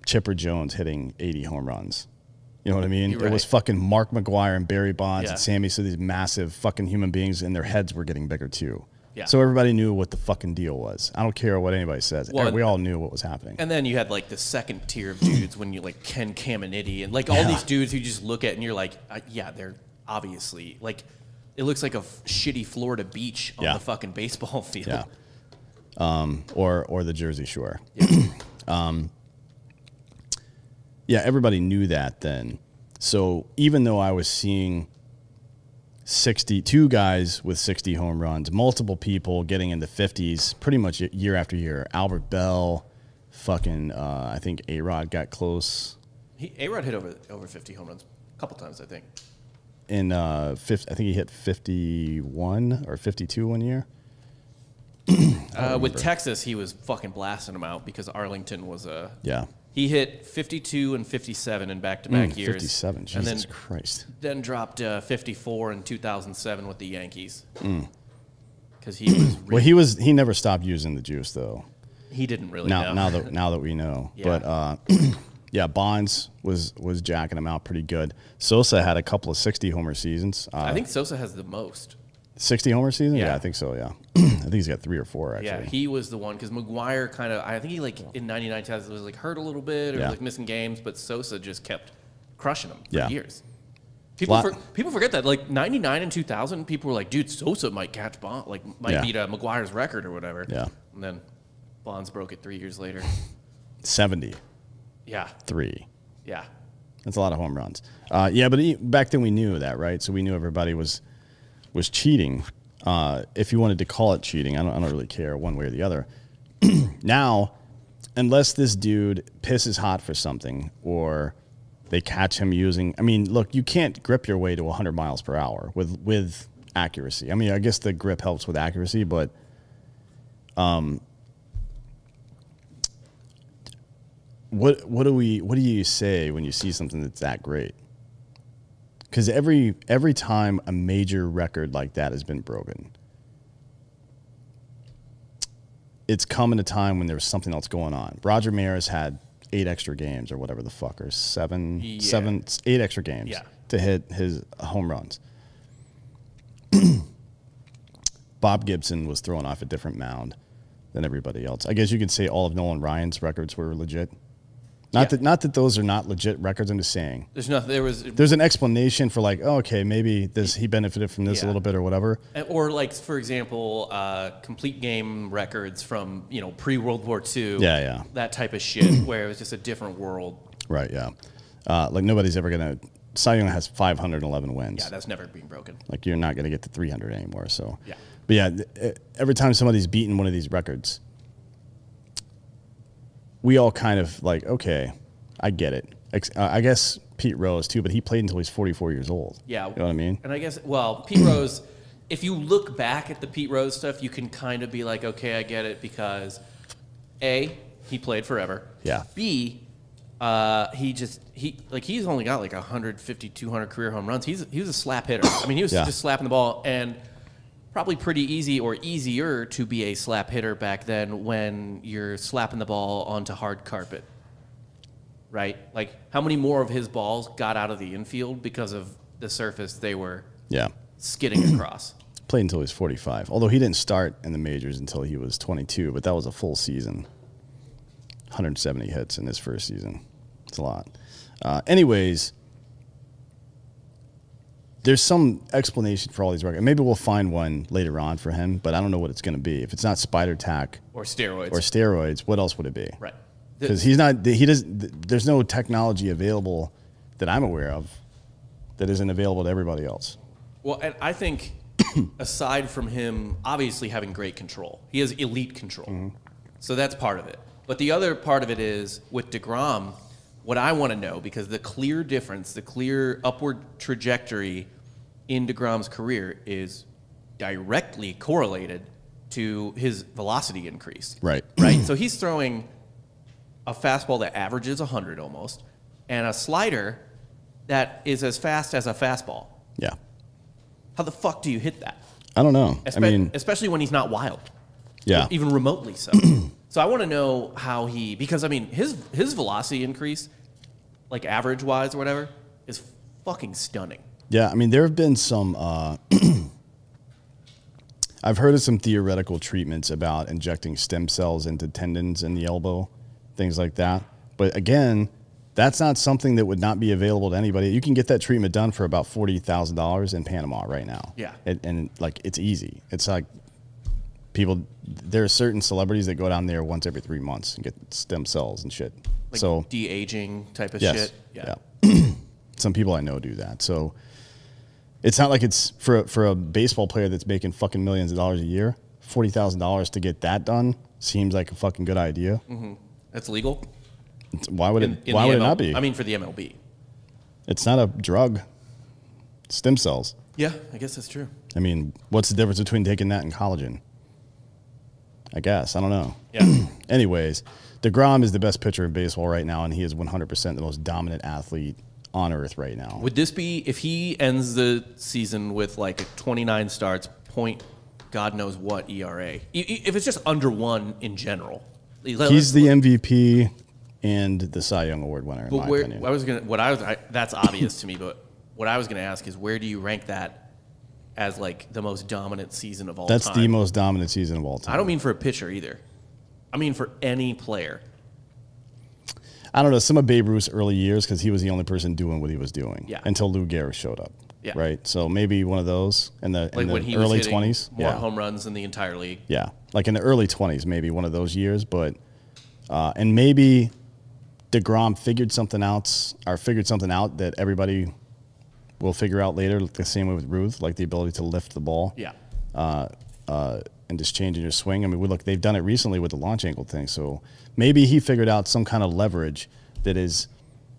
Speaker 2: Chipper Jones hitting 80 home runs. You know what I mean?
Speaker 1: You're
Speaker 2: It was
Speaker 1: right.
Speaker 2: fucking Mark McGuire and Barry Bonds
Speaker 1: Yeah.
Speaker 2: and Sammy. So these massive fucking human beings and their heads were getting bigger too.
Speaker 1: Yeah.
Speaker 2: So everybody knew what the fucking deal was. I don't care what anybody says.
Speaker 1: Well,
Speaker 2: we all knew what was happening.
Speaker 1: And then you had like the second tier of dudes when you like Ken Caminiti and like all these dudes who you just look at and you're like, uh, yeah, they're obviously like, it looks like a f- shitty Florida beach on
Speaker 2: Yeah.
Speaker 1: the fucking baseball field.
Speaker 2: yeah. Um, or or the Jersey Shore. Um, yeah, everybody knew that then. So even though I was seeing 62 guys with 60 home runs, multiple people getting in the 50s pretty much year after year. Albert Bell, fucking, uh, I think A Rod got close
Speaker 1: He, A-Rod hit over over 50 home runs a couple times, I think.
Speaker 2: in, uh, fifth, I think he hit 51 or 52 one year.
Speaker 1: Uh, with Texas, he was fucking blasting them out because Arlington was a.
Speaker 2: Yeah.
Speaker 1: He hit 52 and 57 in back-to-back years.
Speaker 2: 57. Mm, Jesus
Speaker 1: and then
Speaker 2: Christ.
Speaker 1: then dropped uh, 54 in 2007 with the Yankees. Because he was
Speaker 2: Mm. Well, he was, he never stopped using the juice though.
Speaker 1: he didn't really
Speaker 2: now,
Speaker 1: know.
Speaker 2: now that now that we know.
Speaker 1: Yeah.
Speaker 2: But uh, yeah, Bonds was was jacking him out pretty good. Sosa had a couple of sixty homer seasons. Uh,
Speaker 1: I think Sosa has the most.
Speaker 2: sixty homer season. Yeah.
Speaker 1: Yeah.
Speaker 2: I think so. Yeah, I think he's got three or four actually.
Speaker 1: Yeah, he was the one because McGuire kind of. I think he like in '99 Texas was like hurt a little bit or
Speaker 2: Yeah.
Speaker 1: like missing games, but Sosa just kept crushing him for
Speaker 2: Yeah.
Speaker 1: years. People
Speaker 2: Lot-
Speaker 1: for, people forget that like '99 and 2000, people were like, "Dude, Sosa might catch Bond, like might
Speaker 2: Yeah.
Speaker 1: beat uh, McGuire's record or whatever."
Speaker 2: Yeah.
Speaker 1: and then Bonds broke it three years later.
Speaker 2: seventy
Speaker 1: yeah,
Speaker 2: three.
Speaker 1: yeah,
Speaker 2: That's a lot of home runs. Uh, yeah, but he, back then we knew that, right? So we knew everybody was was cheating. Uh, if you wanted to call it cheating, I don't, I don't really care one way or the other. now, unless this dude pisses hot for something or they catch him using, I mean, look, you can't grip your way to 100 miles per hour with with accuracy. I mean, I guess the grip helps with accuracy, but what what do we what do you say when you see something that's that great? Because every every time a major record like that has been broken, it's come at a time when there was something else going on. Roger Maris had eight extra games or whatever the fuck, or seven,
Speaker 1: Yeah.
Speaker 2: seven, eight extra games
Speaker 1: Yeah.
Speaker 2: to hit his home runs. Bob Gibson was thrown off a different mound than everybody else. I guess you could say all of Nolan Ryan's records were legit. Not
Speaker 1: Yeah.
Speaker 2: that not that those are not legit records. I'm just saying
Speaker 1: there's nothing. There was
Speaker 2: there's an explanation for like, oh, okay, maybe this he benefited from this a
Speaker 1: Yeah.
Speaker 2: little bit or whatever.
Speaker 1: Uh, Or like, for example, uh, complete game records from you know pre World War II.
Speaker 2: Yeah, yeah.
Speaker 1: That type of shit, where it was just a different world.
Speaker 2: Right? Yeah. Uh, like nobody's ever gonna. Cy Young has 511 wins.
Speaker 1: Yeah, that's never being broken.
Speaker 2: like you're not going to get to 300 anymore. So,
Speaker 1: Yeah.
Speaker 2: But yeah, th- eh, every time somebody's beaten one of these records, we all kind of like, okay, I get it. Ex- uh, I guess Pete Rose too, but he played until he's 44 years old.
Speaker 1: Yeah.
Speaker 2: You know what I mean?
Speaker 1: And I guess, well, Pete Rose. If you look back at the Pete Rose stuff, you can kind of be like, okay, I get it because, a, he played forever.
Speaker 2: Yeah.
Speaker 1: B, uh, he just he like he's only got like 150, 200 career home runs. He's he was a slap hitter. I mean, he was
Speaker 2: Yeah.
Speaker 1: just slapping the ball and probably pretty easy or easier to be a slap hitter back then when you're slapping the ball onto hard carpet. Right? Like how many more of his balls got out of the infield because of the surface they were
Speaker 2: Yeah.
Speaker 1: skidding across?
Speaker 2: Played until he was 45. Although he didn't start in the majors until he was 22, but that was a full season. 170 hits in his first season. It's a lot. Uh, anyways, there's some explanation for all these records. Maybe we'll find one later on for him, but I don't know what it's going to be. If it's not spider tack
Speaker 1: Or steroids.
Speaker 2: or steroids, what else would it be?
Speaker 1: right. The-
Speaker 2: Because he's not. He doesn't. There's no technology available that I'm aware of that isn't available to everybody else.
Speaker 1: Well, and I think aside from him obviously having great control, he has elite control. So that's part of it. But the other part of it is with DeGrom, what I want to know, because the clear difference, the clear upward trajectory in DeGrom's career is directly correlated to his velocity increase.
Speaker 2: Right.
Speaker 1: Right. so he's throwing a fastball that averages 100 almost and a slider that is as fast as a fastball.
Speaker 2: Yeah.
Speaker 1: How the fuck do you hit that?
Speaker 2: I don't know. I
Speaker 1: Espe-
Speaker 2: mean,
Speaker 1: especially when he's not wild,
Speaker 2: yeah.
Speaker 1: even remotely so. so I want to know how he because I mean his his velocity increase, like average wise or whatever, is fucking stunning.
Speaker 2: Yeah, I mean, there have been some. Uh, I've heard of some theoretical treatments about injecting stem cells into tendons in the elbow, things like that. But again, that's not something that would not be available to anybody. You can get that treatment done for about forty thousand dollars in Panama right now.
Speaker 1: Yeah.
Speaker 2: and, and like it's easy. It's like people. There are certain celebrities that go down there once every three months and get stem cells and shit.
Speaker 1: Like
Speaker 2: so
Speaker 1: de aging type of
Speaker 2: Yes.
Speaker 1: shit.
Speaker 2: Yeah. Some people I know do that. So it's not like it's for a- for a baseball player that's making fucking millions of dollars a year. Forty thousand dollars to get that done seems like a fucking good idea.
Speaker 1: That's legal.
Speaker 2: It's- Why would
Speaker 1: Mm-hmm. in-
Speaker 2: it?
Speaker 1: in
Speaker 2: why
Speaker 1: the
Speaker 2: would it
Speaker 1: ML
Speaker 2: not be?
Speaker 1: I mean, for the MLB.
Speaker 2: it's not a drug. Stem cells.
Speaker 1: Yeah, I guess that's true.
Speaker 2: I mean, what's the difference between taking that and collagen? I guess I don't know.
Speaker 1: Yeah.
Speaker 2: Anyways, Degrom is the best pitcher in baseball right now, and he is one hundred percent the most dominant athlete on earth right now.
Speaker 1: Would this be if he ends the season with like a 29 starts, point God knows what ERA? E- e- If it's just under one in general,
Speaker 2: He's the MVP and the Cy Young Award winner, in
Speaker 1: But
Speaker 2: my
Speaker 1: where
Speaker 2: opinion.
Speaker 1: I was gonna, what I was, I, that's obvious to me. But what I was gonna ask is, where do you rank that as like the most dominant season of all
Speaker 2: That's
Speaker 1: time?
Speaker 2: the most dominant season of all time.
Speaker 1: I don't mean for a pitcher either. I mean for any player.
Speaker 2: I don't know some of Babe Ruth's early years because he was the only person doing what he was doing.
Speaker 1: Yeah.
Speaker 2: Until Lou Gehrig showed up.
Speaker 1: Yeah.
Speaker 2: Right. So maybe one of those in the, in
Speaker 1: Like
Speaker 2: the
Speaker 1: when he
Speaker 2: early
Speaker 1: was hitting
Speaker 2: twenties.
Speaker 1: more
Speaker 2: yeah.
Speaker 1: home runs than the entire league.
Speaker 2: Yeah. Like in the early twenties, maybe one of those years, but uh, and maybe Degrom figured something out or figured something out that everybody will figure out later. The same way with Ruth, like the ability to lift the ball.
Speaker 1: Yeah.
Speaker 2: uh, uh, and just changing your swing. I mean, we look, they've done it recently with the launch angle thing. So maybe he figured out some kind of leverage that is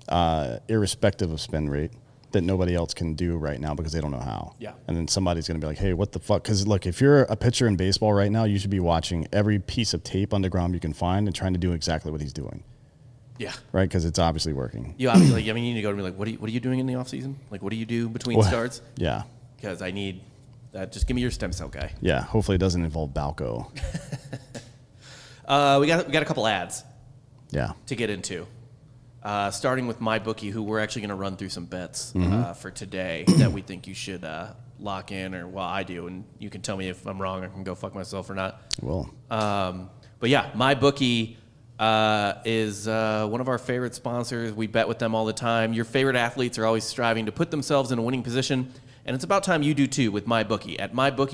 Speaker 2: uh, irrespective of spin rate that nobody else can do right now because they don't know how.
Speaker 1: Yeah.
Speaker 2: And then somebody's going to be like, hey, what the fuck? Because look, if you're a pitcher in baseball right now, you should be watching every piece of tape on DeGrom you can find and trying to do exactly what he's doing,
Speaker 1: Yeah.
Speaker 2: right? Because it's obviously working.
Speaker 1: You obviously, like, I mean, you need to go to me like, what are you, what are you doing in the offseason? Like, what do you do between
Speaker 2: Well,
Speaker 1: starts?
Speaker 2: Yeah.
Speaker 1: Because I need that. Just give me your stem cell guy.
Speaker 2: Yeah. Hopefully it doesn't involve Balco.
Speaker 1: Uh, we got we got a couple ads
Speaker 2: yeah.
Speaker 1: to get into. Uh, starting with my bookie, who we're actually going to run through some bets uh, for today that we think you should uh, lock in, or well, I do, and you can tell me if I'm wrong. I can go fuck myself or not.
Speaker 2: Well,
Speaker 1: Um, but yeah, my bookie uh, is uh, one of our favorite sponsors. We bet with them all the time. Your favorite athletes are always striving to put themselves in a winning position, and it's about time you do too with my bookie. At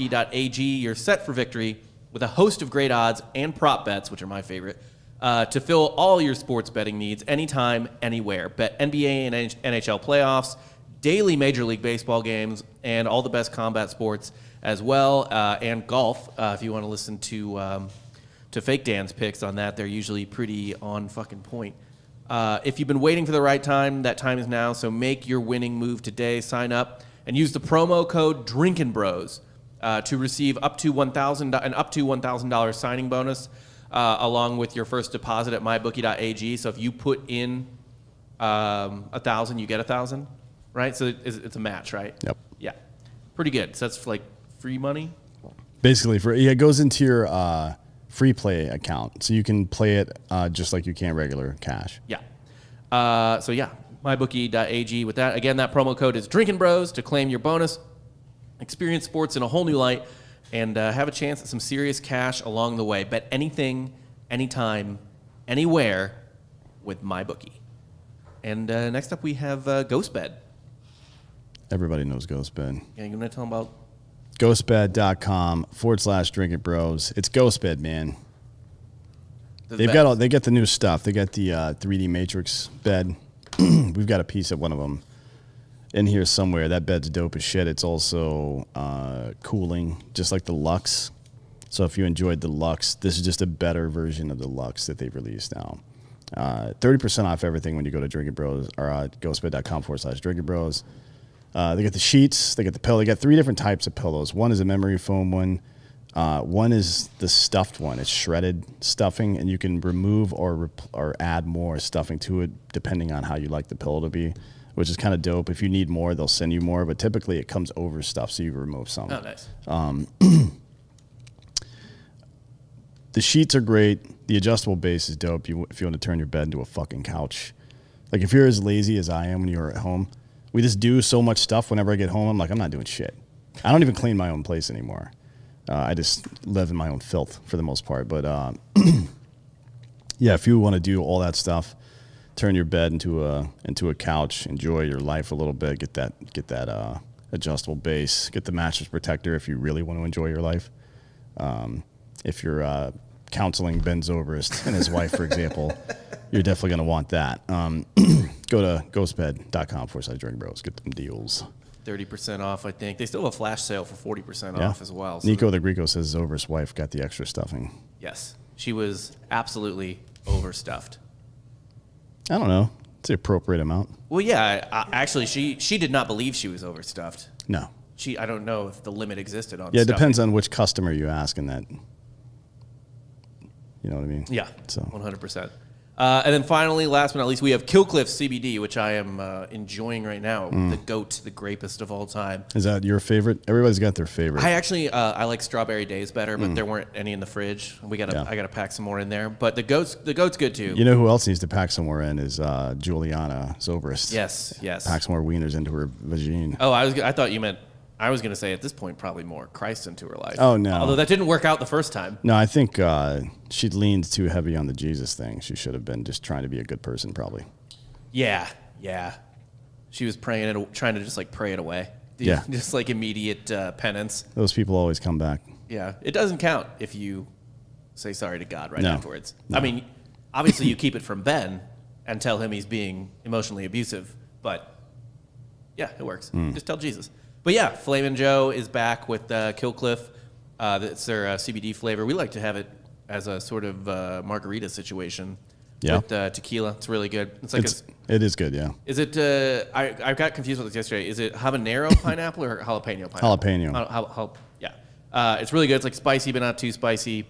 Speaker 1: mybookie.ag, you're set for victory with a host of great odds and prop bets, which are my favorite. Uh, to fill all your sports betting needs anytime, anywhere. Bet NBA and NHL playoffs, daily Major League Baseball games, and all the best combat sports as well, uh, and golf. Uh, if you want to listen to um, to Fake Dan's picks on that, they're usually pretty on fucking point. Uh, if you've been waiting for the right time, that time is now. So make your winning move today. Sign up and use the promo code Drinkin' Bros uh, to receive up to one thousand an up to one thousand dollars signing bonus, uh, along with your first deposit at mybookie.ag. So if you put in um, a thousand, you get a thousand, right? So it's, it's a match, right?
Speaker 2: Yep.
Speaker 1: Yeah, pretty good. So that's like free money.
Speaker 2: Basically, for yeah, it goes into your uh, free play account, so you can play it uh, just like you can regular cash.
Speaker 1: Yeah. Uh, so yeah, mybookie.ag with that. Again, that promo code is Drinking Bros to claim your bonus, experience sports in a whole new light, and uh, have a chance at some serious cash along the way. Bet anything, anytime, anywhere with MyBookie. And uh, next up, we have uh, GhostBed.
Speaker 2: Everybody knows GhostBed.
Speaker 1: Yeah, you want to tell them about?
Speaker 2: GhostBed.com forward slash Drink It Bros. It's GhostBed, man.
Speaker 1: The
Speaker 2: They've
Speaker 1: bed?
Speaker 2: got all they got the new stuff. They got the uh, 3D Matrix bed. We've got a piece of one of them in here somewhere. That bed's dope as shit. It's also uh, cooling, just like the Lux. So if you enjoyed the Lux, this is just a better version of the Lux that they've released now. Uh, Thirty percent off everything when you go to Drinking Bros or uh, ghostbed.com forward slash Drinking Bros. Uh, they got the sheets, they got the pillow, they got three different types of pillows. One is a memory foam one, uh, one is the stuffed one. It's shredded stuffing, and you can remove or rep- or add more stuffing to it depending on how you like the pillow to be, which is kind of dope. If you need more, they'll send you more, but typically it comes over stuff, so you remove some.
Speaker 1: Oh, nice.
Speaker 2: The sheets are great. The adjustable base is dope. You, if you want to turn your bed into a fucking couch, like if you're as lazy as I am when you're at home, we just do so much stuff. Whenever I get home, I'm like, I'm not doing shit. I don't even clean my own place anymore. Uh, I just live in my own filth for the most part. But uh, yeah, if you want to do all that stuff, turn your bed into a into a couch, enjoy your life a little bit. Get that get that uh, adjustable base. Get the mattress protector if you really want to enjoy your life if you're uh, counseling Ben Zobrist and his wife, for example, you're definitely going to want that. Um, go to ghostbed.com forward slash drink bros. Get them deals.
Speaker 1: Thirty percent off, I think. They still have a flash sale for forty percent off as well. so-
Speaker 2: Nico the Greco says Zobrist's wife got the extra stuffing.
Speaker 1: Yes, she was absolutely overstuffed.
Speaker 2: I don't know. It's the appropriate amount.
Speaker 1: Well, yeah. I, I, actually, she she did not believe she was overstuffed.
Speaker 2: No.
Speaker 1: She, I don't know if the limit existed on.
Speaker 2: Yeah, it
Speaker 1: stuffing.
Speaker 2: depends on which customer you ask and that. You know what I mean?
Speaker 1: Yeah,
Speaker 2: So.
Speaker 1: one hundred percent. Uh, And then finally, last but not least, we have Killcliff CBD, which I am uh, enjoying right now.
Speaker 2: Mm.
Speaker 1: The goat, the grapest of all time.
Speaker 2: Is that your favorite? Everybody's got their favorite.
Speaker 1: I actually uh, I like strawberry days better, but there weren't any in the fridge. We gotta
Speaker 2: Mm. Yeah.
Speaker 1: I gotta pack some more in there. But the goats the goat's good too.
Speaker 2: you know who else needs to pack some more in is uh, Juliana Zobrist.
Speaker 1: Yes, yes.
Speaker 2: Pack some more wieners into her vagine.
Speaker 1: Oh, I was I thought you meant I was gonna say at this point probably more Christ into her life.
Speaker 2: Oh, no.
Speaker 1: Although that didn't work out the first time.
Speaker 2: No, I think uh, she leaned too heavy on the Jesus thing. She should have been just trying to be a good person, probably.
Speaker 1: Yeah, yeah. She was praying it, trying to just like pray it away.
Speaker 2: Yeah.
Speaker 1: Just like immediate uh, penance.
Speaker 2: Those people always come back.
Speaker 1: Yeah, it doesn't count if you say sorry to God right
Speaker 2: No.
Speaker 1: afterwards. I mean, obviously you keep it from Ben and tell him he's being emotionally abusive, but yeah, it works.
Speaker 2: Hmm.
Speaker 1: Just tell Jesus. But yeah, Flamin' Joe is back with uh, Killcliff. Uh, that's their uh, CBD flavor. We like to have it as a sort of uh, margarita situation.
Speaker 2: Yeah.
Speaker 1: With uh, tequila, it's really good. It's like
Speaker 2: It's,
Speaker 1: a,
Speaker 2: it is good, yeah.
Speaker 1: is it? Uh, I I got confused with this yesterday. Is it habanero pineapple or jalapeno pineapple?
Speaker 2: Jalapeno.
Speaker 1: Uh, jal- jal- yeah, uh, it's really good. It's like spicy, but not too spicy.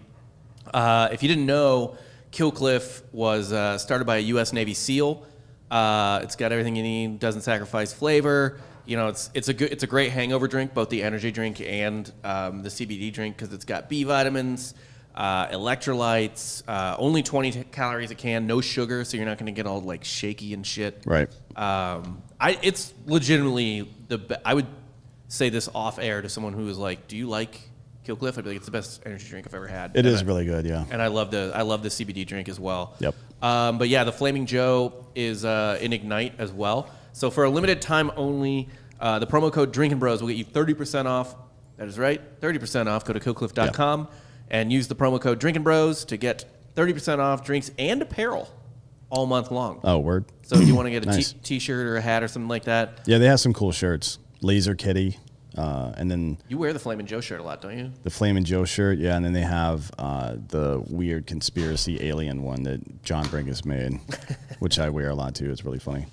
Speaker 1: Uh, if you didn't know, Killcliff was uh, started by a U.S. Navy SEAL. Uh, it's got everything you need. Doesn't sacrifice flavor. You know, it's it's a good, it's a great hangover drink, both the energy drink and um, the CBD drink, because it's got B vitamins, uh, electrolytes, uh, only 20 t- calories a can, no sugar, so you're not going to get all like shaky and shit.
Speaker 2: Right.
Speaker 1: Um, I it's legitimately the be- I would say this off air to someone who is like, "Do you like Killcliff?" I'd be like, "It's the best energy drink I've ever had."
Speaker 2: It
Speaker 1: and
Speaker 2: is
Speaker 1: I,
Speaker 2: really good, yeah.
Speaker 1: and I love the I love the CBD drink as well.
Speaker 2: Yep.
Speaker 1: Um, but yeah, the Flaming Joe is uh, in Ignite as well. So for a limited time only, uh, the promo code Drinking Bros will get you thirty percent off. That is right, thirty percent off. Go to killcliff.com and use the promo code Drinking Bros to get thirty percent off drinks and apparel all month long.
Speaker 2: Oh, word.
Speaker 1: So if you want to get a
Speaker 2: Nice.
Speaker 1: t- shirt or a hat or something like that,
Speaker 2: Yeah, they have some cool shirts. Laser Kitty, uh, and then
Speaker 1: you wear the Flamin' Joe shirt a lot, don't you?
Speaker 2: the Flame and Joe shirt, yeah, and then they have uh, the weird conspiracy alien one that John Brinkus made, which I wear a lot too. It's really funny.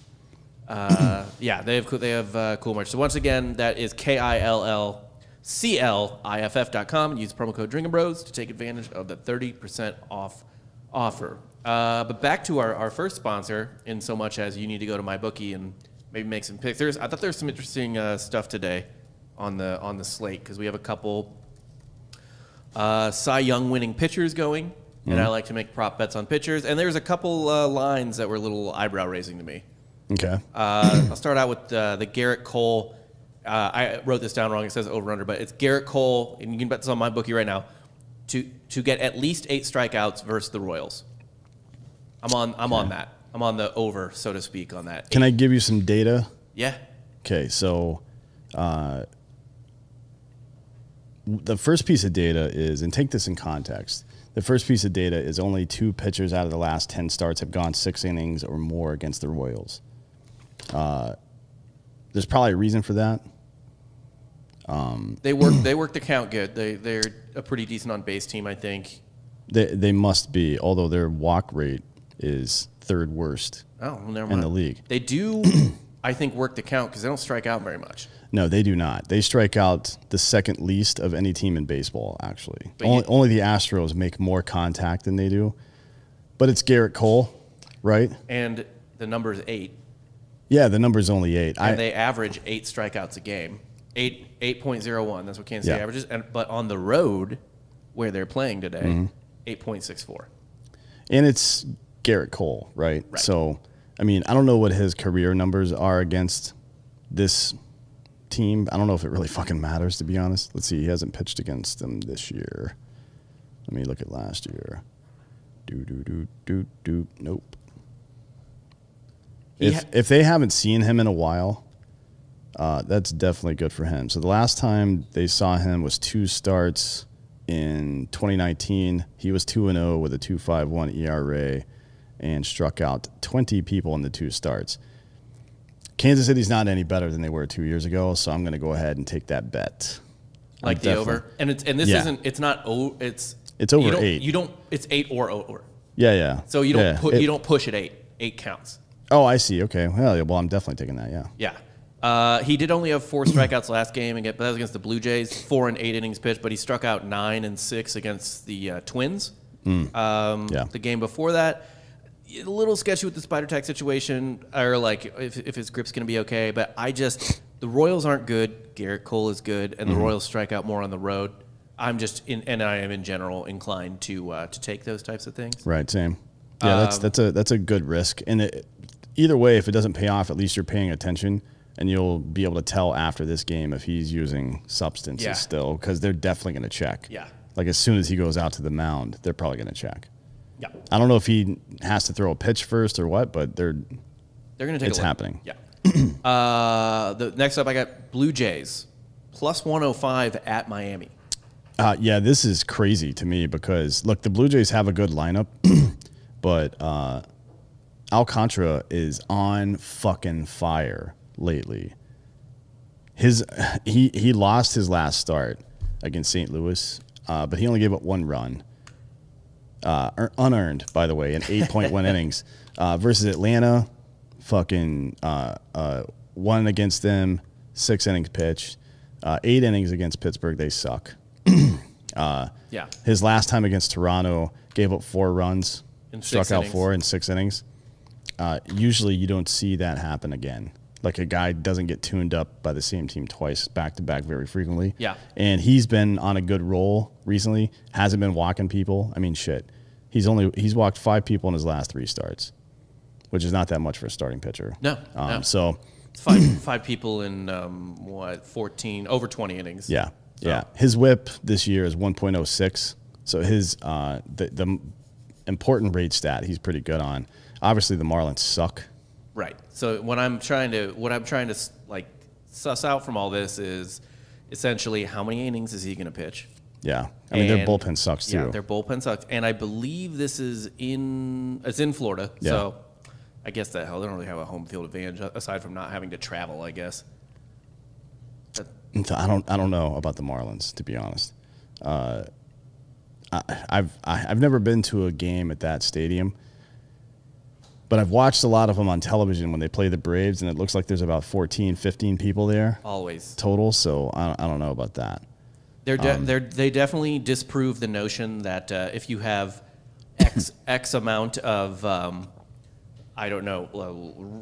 Speaker 1: Yeah, they have cool, they have uh, cool merch. So once again, that is k i l l c l i f f dot com. Use promo code Drinking Bros to take advantage of the thirty percent off offer. Uh, but back to our, our first sponsor, in so much as you need to go to my bookie and maybe make some picks. There's, I thought there was some interesting uh, stuff today on the on the slate because we have a couple uh, Cy Young winning pitchers going, and I like to make prop bets on pitchers. And there's a couple uh, lines that were a little eyebrow raising to me.
Speaker 2: Okay.
Speaker 1: Uh, I'll start out with uh, the Garrett Cole. Uh, I wrote this down wrong. It says over under, but it's Garrett Cole, and you can bet this on my bookie right now to to get at least eight strikeouts versus the Royals. I'm on. I'm on that. I'm on the over, so to speak, on that.
Speaker 2: Can I give you some data?
Speaker 1: Yeah.
Speaker 2: Okay, so uh, the first piece of data is, and take this in context. The first piece of data is only two pitchers out of the last ten starts have gone six innings or more against the Royals. Uh, there's probably a reason for that.
Speaker 1: They work. they work the count good. They they're a pretty decent on base team, I think.
Speaker 2: They they must be, although their walk rate is third worst.
Speaker 1: Oh, well, never
Speaker 2: In
Speaker 1: mind.
Speaker 2: the league.
Speaker 1: they do. I think work the count because they don't strike out very much.
Speaker 2: No, they do not. They strike out the second least of any team in baseball, actually.
Speaker 1: But you-
Speaker 2: Only, only the Astros make more contact than they do. But it's Garrett Cole, right?
Speaker 1: And the number is eight,
Speaker 2: Yeah, the number's only eight.
Speaker 1: and
Speaker 2: I,
Speaker 1: they average eight strikeouts a game. Eight eight point zero one. That's what Kansas City
Speaker 2: Yeah.
Speaker 1: averages. And but on the road, where they're playing today,
Speaker 2: Mm-hmm.
Speaker 1: eight point six four.
Speaker 2: and it's Garrett Cole, right? So, I mean, I don't know what his career numbers are against this team. I don't know if it really fucking matters, to be honest. Let's see. He hasn't pitched against them this year. Let me look at last year. Do, do, do, do, do. Nope.
Speaker 1: He
Speaker 2: If,
Speaker 1: ha-
Speaker 2: if they haven't seen him in a while, uh, that's definitely good for him. So the last time they saw him was two starts in 2019. He was 2 and 0 with a 2.51 ERA E and struck out 20 people in the two starts. Kansas City's not any better than they were 2 years ago, so I'm going to go ahead and take that bet. I'm
Speaker 1: like the
Speaker 2: definitely-
Speaker 1: over. And it's and this
Speaker 2: Yeah.
Speaker 1: isn't. It's not. Oh, it's
Speaker 2: It's over
Speaker 1: you don't,
Speaker 2: eight.
Speaker 1: You don't. It's eight or over.
Speaker 2: Yeah, yeah.
Speaker 1: So you don't
Speaker 2: Yeah,
Speaker 1: put
Speaker 2: it-
Speaker 1: you don't push at eight. Eight counts.
Speaker 2: Oh, I see. Okay. Well, yeah, well, I'm definitely taking that. Yeah.
Speaker 1: Yeah. Uh, he did only have four strikeouts last game, and get, but that was against the Blue Jays. Four and eight innings pitched, but he struck out nine and six against the uh, Twins. Um,
Speaker 2: Yeah.
Speaker 1: The game before that, a little sketchy with the spider tag situation, or like if, if his grip's going to be okay. But I just the Royals aren't good. Garrett Cole is good, and the
Speaker 2: Mm-hmm.
Speaker 1: Royals strike out more on the road. I'm just in, and I am in general inclined to uh, to take those types of things.
Speaker 2: Right, same. Yeah, that's
Speaker 1: Um,
Speaker 2: that's a that's a good risk. And it, either way, if it doesn't pay off, at least you're paying attention, and you'll be able to tell after this game if he's using substances
Speaker 1: Yeah.
Speaker 2: still, because they're definitely going to check.
Speaker 1: Yeah.
Speaker 2: Like as soon as he goes out to the mound, they're probably going to check.
Speaker 1: Yeah,
Speaker 2: I don't know if he has to throw a pitch first or what, but they're
Speaker 1: they're going to take.
Speaker 2: It's
Speaker 1: a look.
Speaker 2: happening.
Speaker 1: Yeah. uh, the next up, I got Blue Jays plus 105 at Miami.
Speaker 2: Uh, yeah, this is crazy to me because look, the Blue Jays have a good lineup, but uh, Alcantara is on fucking fire lately. His he he lost his last start against St. Louis, uh, but he only gave up one run, uh, ear- unearned by the way, in eight point one innings uh, versus Atlanta. Fucking uh, uh, one against them, six innings pitched, uh, eight innings against Pittsburgh. They suck.
Speaker 1: Yeah.
Speaker 2: His last time against Toronto gave up four runs,
Speaker 1: In
Speaker 2: struck
Speaker 1: six
Speaker 2: out
Speaker 1: innings.
Speaker 2: four in six innings. Uh, usually, you don't see that happen again. Like a guy doesn't get tuned up by the same team twice back to back very frequently.
Speaker 1: Yeah.
Speaker 2: and he's been on a good roll recently. Hasn't been walking people. I mean, shit. He's only he's walked five people in his last three starts, which is not that much for a starting pitcher.
Speaker 1: No,
Speaker 2: Um,
Speaker 1: no.
Speaker 2: So
Speaker 1: Five, five people in um, what, 14, over 20 innings.
Speaker 2: Yeah, yeah. His WHIP this year is 1.06. So his uh, the the m- important rate stat he's pretty good on. Obviously, the Marlins suck.
Speaker 1: Right. So when I'm trying to, what I'm trying to like suss out from all this is essentially how many innings is he going to pitch?
Speaker 2: Yeah, I mean their
Speaker 1: And-
Speaker 2: bullpen sucks too.
Speaker 1: Yeah, their bullpen sucks. And I believe this is in it's in Florida.
Speaker 2: Yeah.
Speaker 1: So I guess that hell they don't really have a home field advantage aside from not having to travel, I guess.
Speaker 2: I don't I don't know about the Marlins to be honest. Uh, I, I've I, I've never been to a game at that stadium, but I've watched a lot of them on television when they play the Braves, and it looks like there's about 14, 15 people there
Speaker 1: Oh. Always.
Speaker 2: total. So I, I don't know about that.
Speaker 1: They're de-
Speaker 2: Um,
Speaker 1: they're, they definitely disprove the notion that uh, if you have X X amount of um, I don't know uh,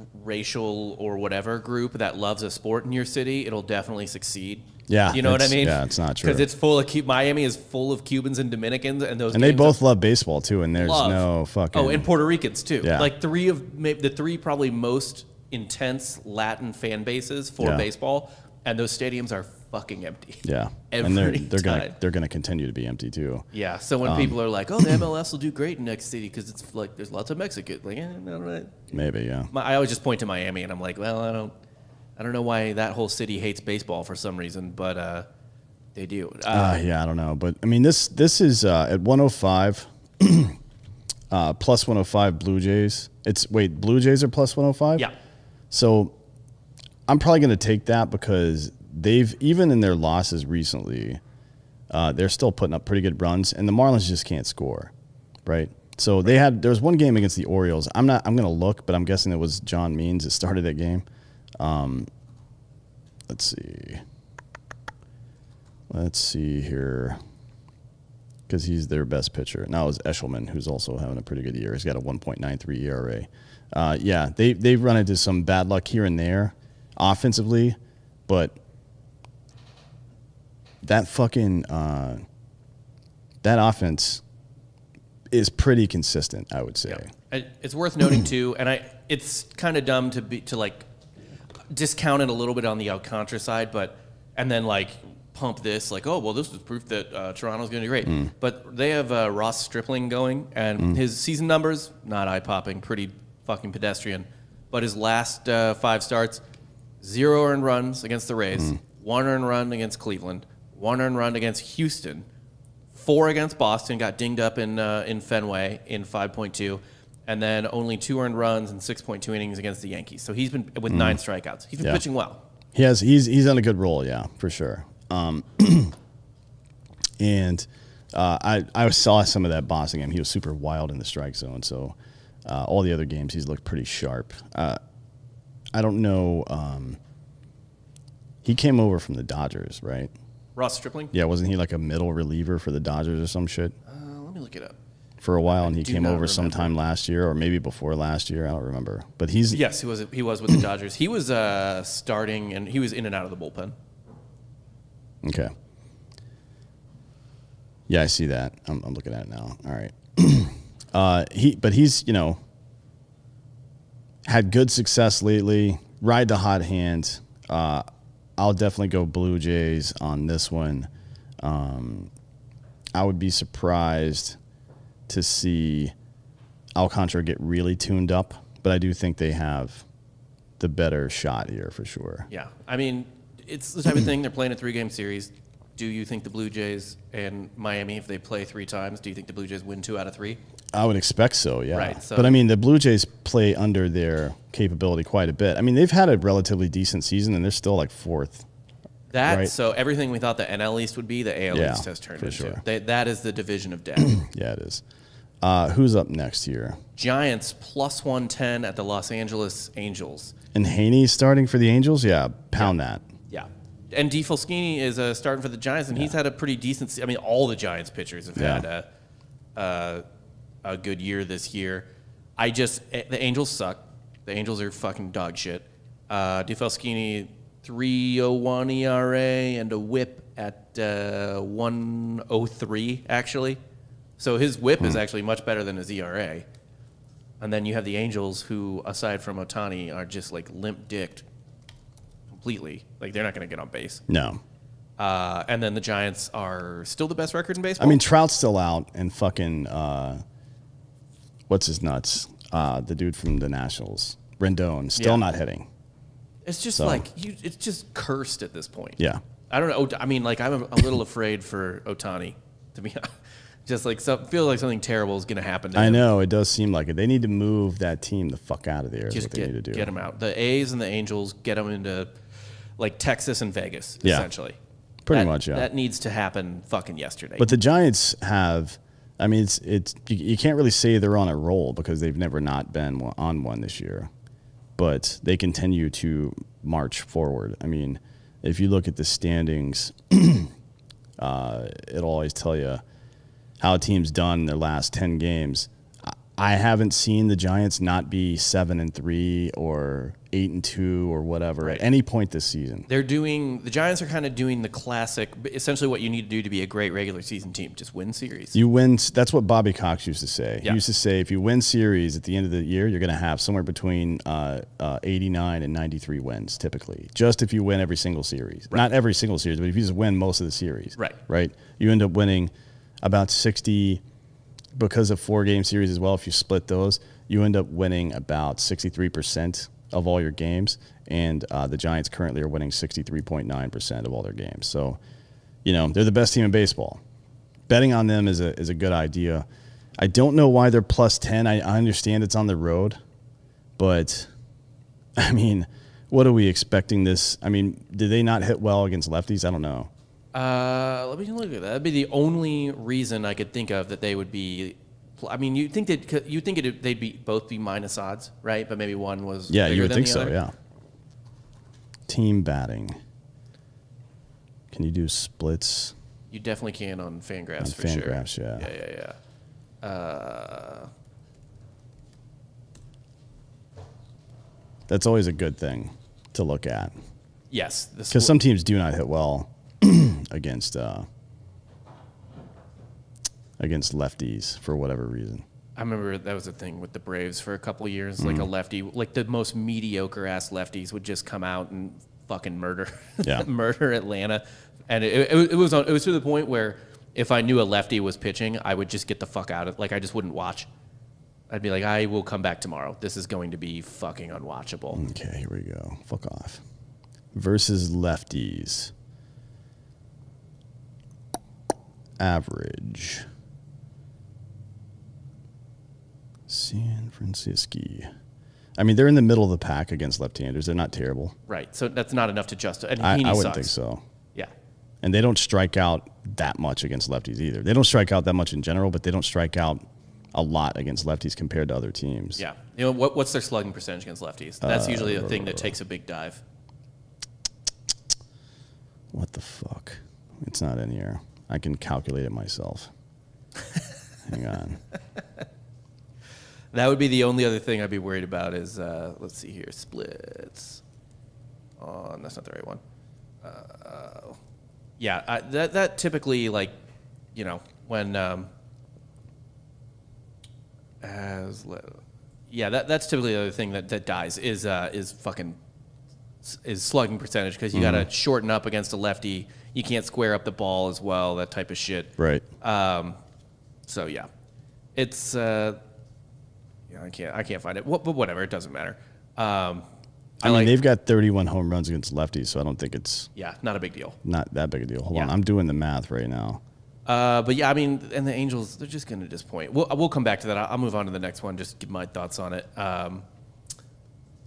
Speaker 1: r- racial or whatever group that loves a sport in your city, it'll definitely succeed.
Speaker 2: Yeah,
Speaker 1: you know what I
Speaker 2: it's-
Speaker 1: mean.
Speaker 2: yeah, it's not true.
Speaker 1: because it's full of Cu- Miami is full of Cubans and Dominicans, and those
Speaker 2: And they
Speaker 1: games are
Speaker 2: both love baseball too, and there's
Speaker 1: love.
Speaker 2: no fucking.
Speaker 1: Oh, and Puerto Ricans too.
Speaker 2: Yeah.
Speaker 1: Like three of maybe the three probably most intense Latin fan bases for
Speaker 2: Yeah.
Speaker 1: baseball, and those stadiums are fucking empty.
Speaker 2: Yeah,
Speaker 1: Every
Speaker 2: and they're they're
Speaker 1: time.
Speaker 2: gonna they're gonna continue to be empty too.
Speaker 1: Yeah. So when people are like, "Oh, the MLS will do great in next city because it's like there's lots of Mexican," like, eh, I don't know.
Speaker 2: Maybe yeah.
Speaker 1: My, I always just point to Miami, and I'm like, "Well, I don't, I don't know why that whole city hates baseball for some reason, but uh, they do." Uh,
Speaker 2: Uh, yeah, I don't know, but I mean this this is uh, at 105, uh, plus 105 Blue Jays. It's wait, oh Blue Jays are plus 105.
Speaker 1: yeah.
Speaker 2: So I'm probably gonna take that because they've even in their losses recently, uh, they're still putting up pretty good runs, and the Marlins just can't score, right? So they had there was one game against the Orioles. I'm not I'm gonna look, but I'm guessing it was John Means that started that game. Um, let's see, let's see here, because he's their best pitcher. Now it was Eshelman, who's also having a pretty good year. He's got a 1.93 ERA. E Uh, yeah, they they run into some bad luck here and there, offensively, but that fucking uh, that offense is pretty consistent, I would say.
Speaker 1: I- It's worth noting too, and I it's kind of dumb to be to like discount it a little bit on the Alcantara side, but and then like pump this like oh well this is proof that uh, Toronto's going to be great. But they have uh, Ross Stripling going, and his season numbers not eye popping, pretty fucking pedestrian. But his last uh, five starts, zero earned runs against the Rays, one earned run against Cleveland, one earned run against Houston, four against Boston, got dinged up in uh, in Fenway in 5.2, and then only two earned runs and 6.2 innings against the Yankees. So he's been with nine strikeouts. He's been
Speaker 2: Mm. Yeah.
Speaker 1: pitching well.
Speaker 2: He has he's he's on a good roll, yeah, for sure. Um, and uh, I I saw some of that Boston game. He was super wild in the strike zone. So uh, all the other games, he's looked pretty sharp. Uh, I don't know. Um, he came over from the Dodgers, right?
Speaker 1: Ross Stripling.
Speaker 2: Yeah, wasn't he like a middle reliever for the Dodgers or some shit?
Speaker 1: Uh, let me look it up.
Speaker 2: for a while, and he
Speaker 1: do
Speaker 2: came
Speaker 1: not
Speaker 2: over
Speaker 1: remember.
Speaker 2: sometime last year, or maybe before last year. I don't remember, but he's
Speaker 1: Yes, he was he was with the Dodgers. He was uh, starting and he was in and out of the bullpen.
Speaker 2: okay. Yeah, I see that. I'm, I'm looking at it now. All right, uh, he but he's you know had good success lately. Ride the hot hand. Uh, I'll definitely go Blue Jays on this one. Um, I would be surprised to see Alcantara get really tuned up, but I do think they have the better shot here for sure.
Speaker 1: Yeah, I mean, it's the type of thing they're playing a three-game series. Do you think the Blue Jays and Miami, if they play three times, do you think the Blue Jays win two out of three?
Speaker 2: I would expect so, yeah.
Speaker 1: Right, so-
Speaker 2: But I mean, the Blue Jays play under their capability quite a bit. I mean, they've had a relatively decent season, and they're still like fourth.
Speaker 1: That
Speaker 2: Right.
Speaker 1: so everything we thought the NL East would be, the AL
Speaker 2: Yeah,
Speaker 1: East has turned
Speaker 2: for
Speaker 1: into.
Speaker 2: sure.
Speaker 1: They, that is the division of death.
Speaker 2: Yeah, it is. Uh, who's up next here?
Speaker 1: Giants plus one ten at the Los Angeles Angels.
Speaker 2: And Haney starting for the Angels? Yeah, pound that.
Speaker 1: Yeah. And D. Fulskini is uh, starting for the Giants, and he's had a pretty decent. se- I mean, all the Giants pitchers have
Speaker 2: Yeah.
Speaker 1: had a, a a good year this year. I just eh, the Angels suck. The Angels are fucking dog shit. Uh, D. Fulskini, three oh one ERA and a WHIP at uh, one oh three actually. So his WHIP is actually much better than his ERA. And then you have the Angels, who aside from Otani are just like limp dicked completely. Like they're not going to get on base.
Speaker 2: No.
Speaker 1: Uh, and then the Giants are still the best record in
Speaker 2: I
Speaker 1: baseball.
Speaker 2: mean, Trout's still out, and fucking, uh, what's his nuts? Uh, the dude from the Nationals, Rendon, still
Speaker 1: Yeah.
Speaker 2: not hitting.
Speaker 1: it's just
Speaker 2: so-
Speaker 1: like you, it's just cursed at this point.
Speaker 2: Yeah.
Speaker 1: I don't know. Ot- I mean, like I'm a, a little afraid for Otani to be just like some feel like something terrible is going to happen. To
Speaker 2: I
Speaker 1: him.
Speaker 2: know, it does seem like it. They need to move that team the fuck out of there, is
Speaker 1: Just
Speaker 2: what they
Speaker 1: get
Speaker 2: need to do.
Speaker 1: get him out. The A's and the Angels get him into like Texas and Vegas
Speaker 2: Yeah.
Speaker 1: essentially.
Speaker 2: Pretty
Speaker 1: That-
Speaker 2: much, yeah.
Speaker 1: That needs to happen fucking yesterday.
Speaker 2: But the Giants have. I mean, it's it's you, you can't really say they're on a roll because they've never not been wa- on one this year, but they continue to march forward. I mean, if you look at the standings, uh, it'll always tell you how a team's done in their last ten games. I- I haven't seen the Giants not be seven and three or eight and two or whatever at any point this season.
Speaker 1: they're doing the Giants are kind of doing the classic, essentially what you need to do to be a great regular season team: just win series.
Speaker 2: You win. That's what Bobby Cox used to say.
Speaker 1: Yeah.
Speaker 2: He used to say, if you win series at the end of the year, you're going to have somewhere between uh, uh, 89 and 93 wins typically. Just if you win every single series, not every single series, but if you just win most of the series,
Speaker 1: Right.
Speaker 2: Right. You end up winning about 60 because of four game series as well. If you split those, you end up winning about 63 percent of all your games, and uh, the Giants currently are winning 63.9 percent of all their games. So, you know, they're the best team in baseball betting on them is a is a good idea. I don't know why they're plus ten. I, I understand it's on the road, but I mean, What are we expecting this? I mean, did they not hit well against lefties? I don't know.
Speaker 1: Uh, let me look at that. That'd be the only reason I could think of that they would be. pl- I mean, you think that you think it, they'd be both be minus odds, right? But maybe one was
Speaker 2: Yeah,
Speaker 1: bigger
Speaker 2: you would
Speaker 1: than
Speaker 2: think
Speaker 1: the
Speaker 2: so.
Speaker 1: other?
Speaker 2: Yeah. Team batting. Can you do splits?
Speaker 1: you definitely can on Fangraphs
Speaker 2: On
Speaker 1: for sure.
Speaker 2: Fangraphs, yeah.
Speaker 1: yeah, yeah, yeah. Uh,
Speaker 2: That's always a good thing to look at
Speaker 1: yes, this
Speaker 2: because some teams do not hit well against uh, against lefties for whatever reason.
Speaker 1: I remember that was a thing with the Braves for a couple of years. Like a
Speaker 2: Mm-hmm.
Speaker 1: lefty, like the most mediocre ass lefties would just come out and fucking murder,
Speaker 2: Yeah.
Speaker 1: murder Atlanta. And it, it, it was on, it was to the point where if I knew a lefty was pitching, I would just get the fuck out of. Like I just wouldn't watch. I'd be like, I will come back tomorrow. This is going to be fucking unwatchable.
Speaker 2: Okay, here we go. Fuck off. Versus lefties. Average. San Francisco. I mean, they're in the middle of the pack against left-handers. They're not terrible.
Speaker 1: Right. So that's not enough to justify. And
Speaker 2: I, I
Speaker 1: Heaney
Speaker 2: wouldn't
Speaker 1: sucks.
Speaker 2: think so.
Speaker 1: Yeah.
Speaker 2: And they don't strike out that much against lefties either. They don't strike out that much in general, but they don't strike out a lot against lefties compared to other teams.
Speaker 1: Yeah. You know what? What's their slugging percentage against lefties? That's
Speaker 2: Uh,
Speaker 1: usually the thing that takes a big dive.
Speaker 2: What the fuck? It's not in here. I can calculate it myself. Hang on.
Speaker 1: That would be the only other thing I'd be worried about is uh, let's see here splits. Oh, that's not the right one. Uh, yeah, I, that that typically like, you know, when um, as le- yeah, that that's typically the other thing that that dies is uh, is fucking is slugging percentage because you got to shorten up against a lefty. You can't square up the ball as well, that type of shit.
Speaker 2: Right.
Speaker 1: Um, so yeah, it's uh, yeah, I can't I can't find it. What, but whatever, it doesn't matter. Um,
Speaker 2: I, mean, they've got 31 home runs against lefties, so I don't think it's
Speaker 1: yeah, not a big deal.
Speaker 2: not that big a deal. Hold on.
Speaker 1: Yeah.
Speaker 2: I'm doing the math right now.
Speaker 1: Uh, but yeah, I mean, and the Angels, they're just going to disappoint. We'll, we'll come back to that. I'll I'll move on to the next one, just give my thoughts on it. Um,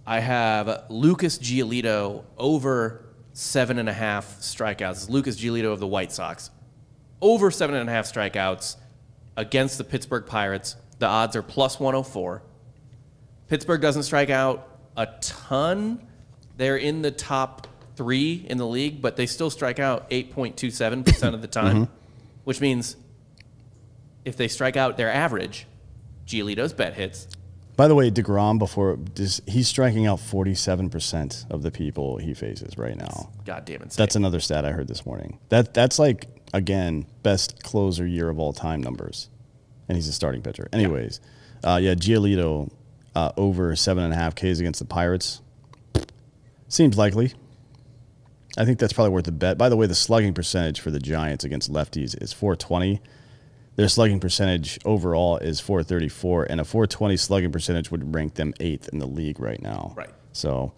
Speaker 1: I have Lucas Giolito over seven and a half strikeouts. Lucas Giolito of the White Sox over seven and a half strikeouts against the Pittsburgh Pirates. The odds are plus 104. Pittsburgh doesn't strike out a ton. They're in the top three in the league, but they still strike out 8.27% of the time, which means if they strike out their average, Giolito's bet hits.
Speaker 2: By the way, DeGrom, before does- he's striking out 47% of the people he faces right now.
Speaker 1: God damn it.
Speaker 2: That's another stat I heard this morning. That That's like, again, best closer year of all time numbers. And he's a starting pitcher. Anyways, yeah, uh, yeah Giolito uh, over seven and a half Ks against the Pirates. Seems likely. I think that's probably worth a bet. By the way, the slugging percentage for the Giants against lefties is 420. Their slugging percentage overall is 434, and a 420 slugging percentage would rank them eighth in the league right now.
Speaker 1: Right.
Speaker 2: So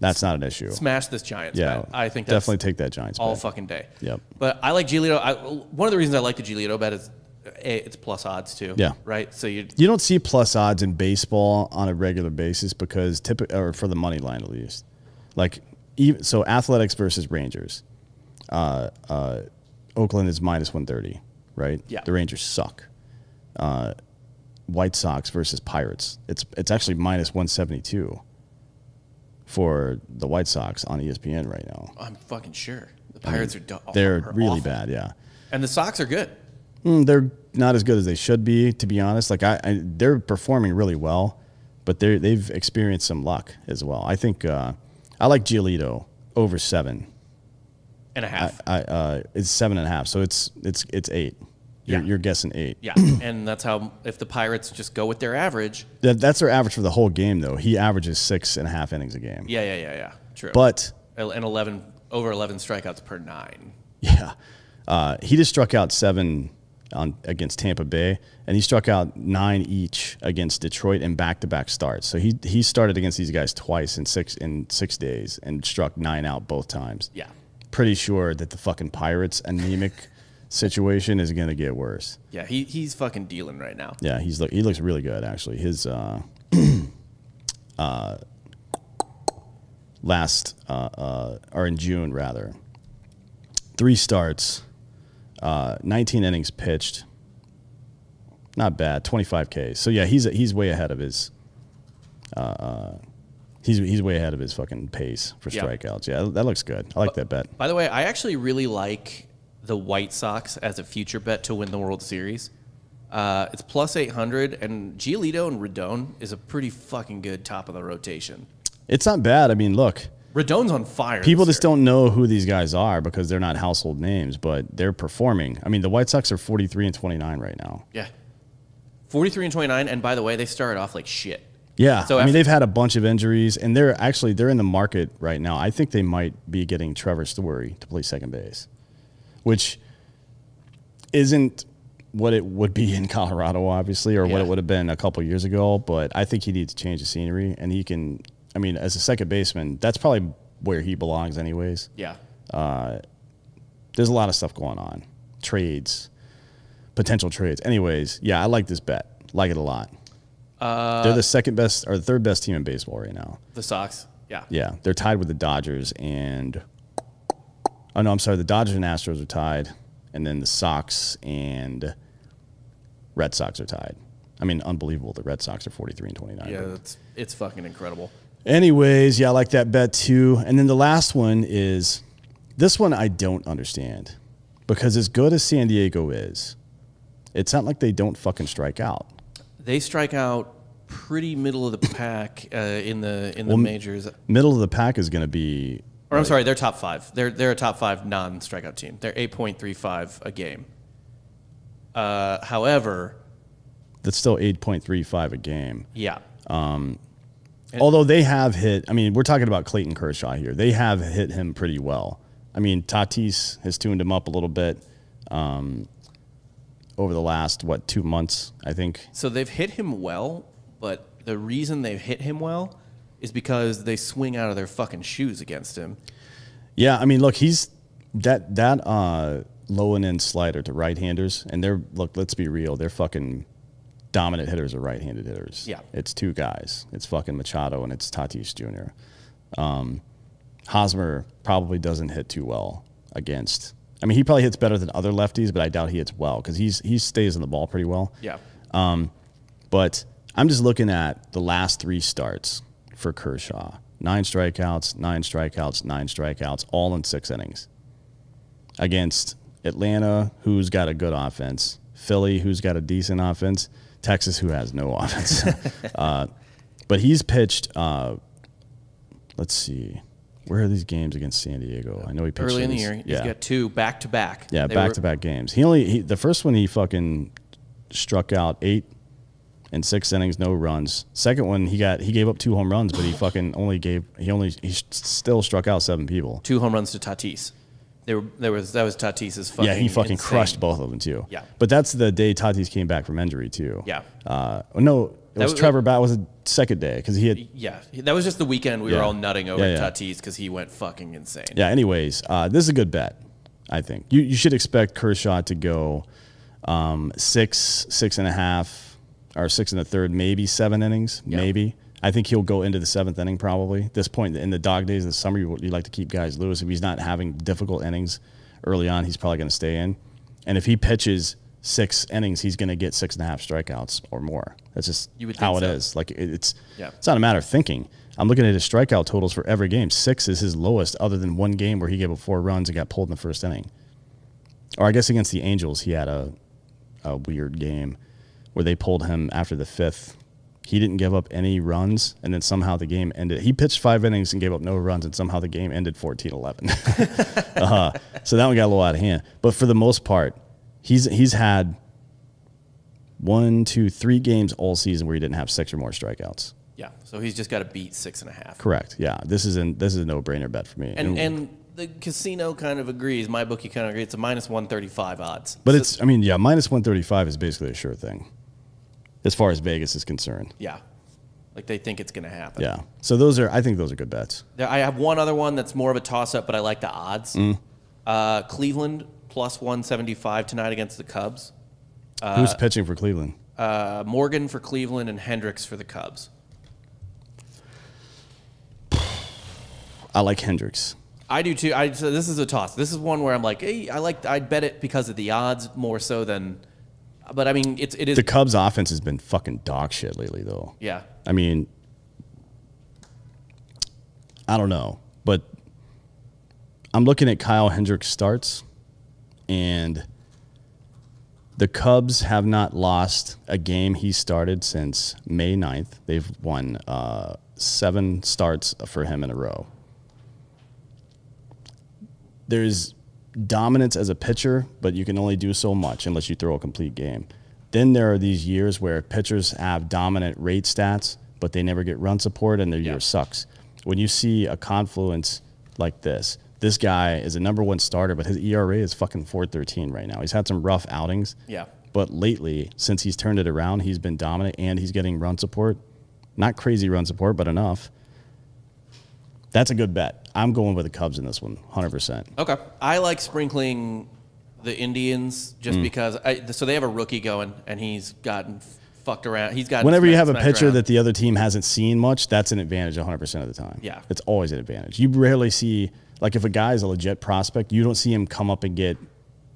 Speaker 2: that's not an issue.
Speaker 1: smash this Giants.
Speaker 2: Yeah.
Speaker 1: bet. I think that's
Speaker 2: definitely take that Giants.
Speaker 1: all
Speaker 2: bet.
Speaker 1: fucking day.
Speaker 2: Yep.
Speaker 1: But I like Giolito. I, one of the reasons I like the Giolito bet is a, it's plus odds too.
Speaker 2: Yeah.
Speaker 1: Right. So you
Speaker 2: You don't see plus odds in baseball on a regular basis because typical or for the money line at least. Like even so Athletics versus Rangers. Uh, uh, Oakland is minus 130, right?
Speaker 1: Yeah.
Speaker 2: The Rangers suck. Uh, White Sox versus Pirates. It's it's actually minus 172 for the White Sox on E ESPN right now.
Speaker 1: I'm fucking sure the Pirates are do-
Speaker 2: They're
Speaker 1: are
Speaker 2: really
Speaker 1: Oh, awful.
Speaker 2: bad, yeah.
Speaker 1: and the Sox are good.
Speaker 2: Mm, they're not as good as they should be, to be honest. Like I, I they're performing really well, but they they've experienced some luck as well. I think uh, I like Giolito over seven.
Speaker 1: And a
Speaker 2: I,
Speaker 1: half.
Speaker 2: I uh, it's seven and a half, so it's it's it's eight. You're,
Speaker 1: Yeah.
Speaker 2: you're guessing eight.
Speaker 1: yeah. and that's how if the Pirates just go with their average.
Speaker 2: That, that's their average for the whole game, though. He averages six and a half innings a game.
Speaker 1: Yeah. Yeah. Yeah. Yeah. True.
Speaker 2: But
Speaker 1: El- and 11 over 11 strikeouts per nine.
Speaker 2: Yeah, uh, he just struck out seven on against Tampa Bay, and he struck out nine each against Detroit in back-to-back starts. So he he started against these guys twice in six in six days and struck nine out both times.
Speaker 1: Yeah.
Speaker 2: pretty sure that the fucking Pirates anemic situation is gonna get worse.
Speaker 1: Yeah. He he's fucking dealing right now.
Speaker 2: Yeah, he's look he looks really good actually. His uh, uh, last uh, uh, or in June rather. Three starts, uh, 19 innings pitched. Not bad, 25 Ks. So yeah, he's he's way ahead of his. Uh, he's he's way ahead of his fucking pace for
Speaker 1: Yeah.
Speaker 2: strikeouts. Yeah, that looks good. I like that bet.
Speaker 1: By the way, I actually really like the White Sox as a future bet to win the World Series. Uh, it's plus 800, and Giolito and Redone is a pretty fucking good top of the rotation.
Speaker 2: It's not bad. I mean, look,
Speaker 1: Redone's on fire.
Speaker 2: people
Speaker 1: this
Speaker 2: just
Speaker 1: year.
Speaker 2: don't know who these guys are because they're not household names, but they're performing. I mean, the White Sox are 43 and 29 right now.
Speaker 1: Yeah. 43 and 29, and by the way, they started off like shit.
Speaker 2: Yeah,
Speaker 1: So
Speaker 2: I
Speaker 1: after-
Speaker 2: mean they've had a bunch of injuries, and they're actually they're in the market right now. I think they might be getting Trevor Story to play second base, which isn't what it would be in Colorado, obviously, or
Speaker 1: Yeah.
Speaker 2: what it would have been a couple years ago. But I think he needs to change the scenery, and he can. I mean, as a second baseman, that's probably where he belongs, anyways
Speaker 1: Yeah.
Speaker 2: there's a lot of stuff going on trades potential trades anyways yeah i like this bet like it a lot they're the second best or the third best team in baseball right now
Speaker 1: The Sox. Yeah.
Speaker 2: yeah they're tied with the dodgers and oh no i'm sorry the dodgers and astros are tied and then the sox and red sox are tied i mean unbelievable the red sox are 43 and 29
Speaker 1: Yeah, it's, it's fucking incredible.
Speaker 2: Anyways, yeah, I like that bet too. And then the last one is this one I don't understand because as good as San Diego is, it's not like they don't fucking strike out.
Speaker 1: They strike out pretty middle of the pack uh, in the in the majors.
Speaker 2: Middle of the pack is going to be
Speaker 1: Or I'm sorry, they're top five. They're they're a top five non-strikeout team. They're 8.35 a game. Uh, however,
Speaker 2: that's still 8.35 a game.
Speaker 1: yeah,
Speaker 2: Although they have hit, I mean, we're talking about Clayton Kershaw here. They have hit him pretty well. I mean, Tatis has tuned him up a little bit um, over the last, what, two months, I think.
Speaker 1: so they've hit him well, but the reason they've hit him well is because they swing out of their fucking shoes against him.
Speaker 2: Yeah, I mean, look, he's that that uh, low and end slider to right-handers, and they're look. Let's be real, they're fucking dominant hitters are right-handed hitters.
Speaker 1: Yeah.
Speaker 2: it's two guys. It's fucking Machado and it's Tatis Jr. Um, Hosmer probably doesn't hit too well against. I mean, he probably hits better than other lefties, but I doubt he hits well because he's he stays in the ball pretty well.
Speaker 1: Yeah,
Speaker 2: But I'm just looking at the last three starts for Kershaw nine strikeouts, nine strikeouts, nine strikeouts, all in six innings against Atlanta, who's got a good offense, Philly, who's got a decent offense, Texas, who has no offense. uh, but he's pitched, uh, let's see, where are these games against San Diego? I know he pitched
Speaker 1: early in the
Speaker 2: these-
Speaker 1: year, he's got two back to back.
Speaker 2: yeah,
Speaker 1: They
Speaker 2: back
Speaker 1: were-
Speaker 2: to back games. He only he, the first one he fucking struck out eight and six innings, no runs. Second one he got he gave up two home runs, but he fucking only gave he only he s- still struck out seven people.
Speaker 1: two home runs to Tatis. They were there was that was Tatis's fucking.
Speaker 2: yeah, he fucking
Speaker 1: insane-
Speaker 2: crushed both of them too.
Speaker 1: Yeah.
Speaker 2: but that's the day Tatis came back from injury too.
Speaker 1: Yeah.
Speaker 2: Uh, oh, no, it was
Speaker 1: was-
Speaker 2: Trevor. Bat was the second day because he had
Speaker 1: Yeah, that was just the weekend we
Speaker 2: Yeah.
Speaker 1: were all nutting over
Speaker 2: Yeah, yeah.
Speaker 1: Tatis because he went fucking insane.
Speaker 2: Yeah. Anyways, uh, this is a good bet. I think you you should expect Kershaw to go um, six, six and a half, or six and a third, maybe seven innings, maybe. I think he'll go into the seventh inning probably. At this point in the dog days of the summer, you, you like to keep guys loose. If he's not having difficult innings early on, he's probably going to stay in. And if he pitches six innings, he's going to get six and a half strikeouts or more. That's just
Speaker 1: You would think
Speaker 2: how it is.
Speaker 1: so.
Speaker 2: Like it- it's
Speaker 1: Yeah.
Speaker 2: it's not a matter of thinking. I'm looking at his strikeout totals for every game. Six is his lowest, other than one game where he gave up four runs and got pulled in the first inning. Or I guess against the Angels, he had a a weird game where they pulled him after the fifth. He didn't give up any runs, and then somehow the game ended. He pitched five innings and gave up no runs, and somehow the game ended 14 11. So that one got a little out of hand. But for the most part, he's he's had one, two, three games all season where he didn't have six or more strikeouts.
Speaker 1: Yeah, so he's just got to beat six and a half.
Speaker 2: Correct. Yeah. This is an this is a no brainer bet for me.
Speaker 1: And and the casino kind of agrees. My bookie kind of agrees. It's a minus one thirty five odds.
Speaker 2: but it's I mean, yeah, minus one thirty five is basically a sure thing. As far as Vegas is concerned.
Speaker 1: yeah, like they think it's gonna happen.
Speaker 2: Yeah. So those are I think those are good bets.
Speaker 1: There, I have one other one that's more of a toss up, but I like the odds.
Speaker 2: Mm.
Speaker 1: Uh, Cleveland plus one seventy five tonight against the Cubs.
Speaker 2: Who's pitching for Cleveland?
Speaker 1: Uh, Morgan for Cleveland and Hendricks for the Cubs.
Speaker 2: I like Hendrix.
Speaker 1: I do too. I so this is a toss. This is one where I'm like, hey, I like I'd bet it because of the odds more so than, but I mean, it's it is
Speaker 2: The Cubs offense has been fucking dog shit lately, though.
Speaker 1: yeah.
Speaker 2: I mean, I don't know, but I'm looking at Kyle Hendricks starts, and the Cubs have not lost a game he started since May 9th. They've won uh, seven starts for him in a row. There's dominance as a pitcher, but you can only do so much unless you throw a complete game. Then there are these years where pitchers have dominant rate stats, but they never get run support and their year sucks. When you see a confluence like this, this guy is a number one starter, but his ERA is fucking 413 right now. He's had some rough outings.
Speaker 1: Yeah.
Speaker 2: But lately, since he's turned it around, he's been dominant and he's getting run support. Not crazy run support, but enough. That's a good bet. I'm going with the Cubs in this one, 100%.
Speaker 1: Okay. I like sprinkling the Indians
Speaker 2: Hmm.
Speaker 1: just because I so they have a rookie going and he's gotten fucked around. He's got
Speaker 2: Whenever you have a pitcher that the other team hasn't seen much, that's an advantage 100% of the time.
Speaker 1: Yeah.
Speaker 2: It's always an advantage. You rarely see, like, if a guy is a legit prospect, you don't see him come up and get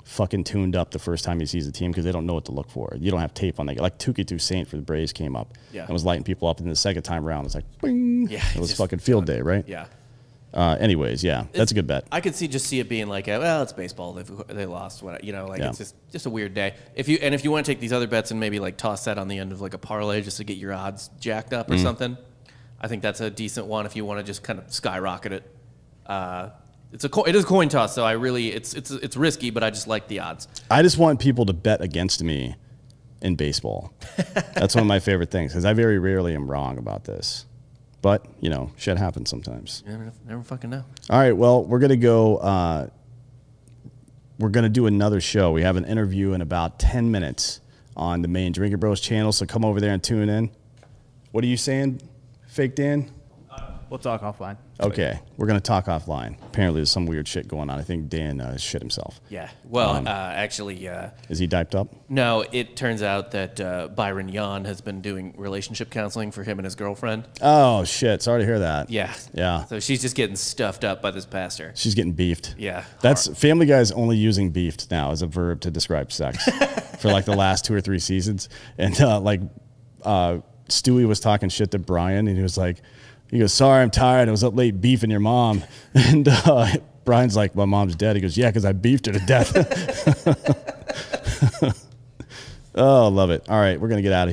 Speaker 2: fucking tuned up the first time he sees the team because they don't know what to look for. You don't have tape on that. Like, Tuki Toussaint for the Braves came up
Speaker 1: Yeah.
Speaker 2: and was lighting people up. And the second time around, it's like, bing.
Speaker 1: Yeah,
Speaker 2: it
Speaker 1: it's
Speaker 2: was
Speaker 1: just
Speaker 2: fucking field day, right?
Speaker 1: yeah.
Speaker 2: Uh, anyways, yeah, that's a good bet.
Speaker 1: I could see just see it being like, uh, well, it's baseball. They they lost. What you know, like
Speaker 2: Yeah.
Speaker 1: it's just just a weird day. If you and if you want to take these other bets and maybe like toss that on the end of like a parlay just to get your odds jacked up or
Speaker 2: Hmm.
Speaker 1: something, I think that's a decent one. If you want to just kind of skyrocket it, uh, it's a co- it is a coin toss. So I really it's it's it's risky, but I just like the odds.
Speaker 2: I just want people to bet against me in baseball. That's one of my favorite things because I very rarely am wrong about this. But, you know, shit happens sometimes.
Speaker 1: You never, never fucking know.
Speaker 2: All right. Well, we're going to go. Uh, we're going to do another show. We have an interview in about 10 minutes on the main Drinker Bros channel. So come over there and tune in. What are you saying, Fake Dan?
Speaker 3: We'll talk offline.
Speaker 2: Okay. We're going to talk offline. Apparently, there's some weird shit going on. I think Dan uh, shit himself.
Speaker 1: Yeah. Well, uh, actually, uh,
Speaker 2: Is he diped up?
Speaker 1: no. It turns out that uh, Byron Yon has been doing relationship counseling for him and his girlfriend.
Speaker 2: Oh, shit. Sorry to hear that.
Speaker 1: Yeah.
Speaker 2: Yeah.
Speaker 1: So she's just getting stuffed up by this pastor.
Speaker 2: She's getting beefed.
Speaker 1: Yeah.
Speaker 2: That's Family Guy's only using beefed now as a verb to describe sex for like the last two or three seasons. And uh, like uh, Stewie was talking shit to Brian and he was like, he goes, sorry, I'm tired. I was up late beefing your mom. And uh, Brian's like, my mom's dead. He goes, yeah, because I beefed her to death. oh, love it. All right. We're going to get out of here.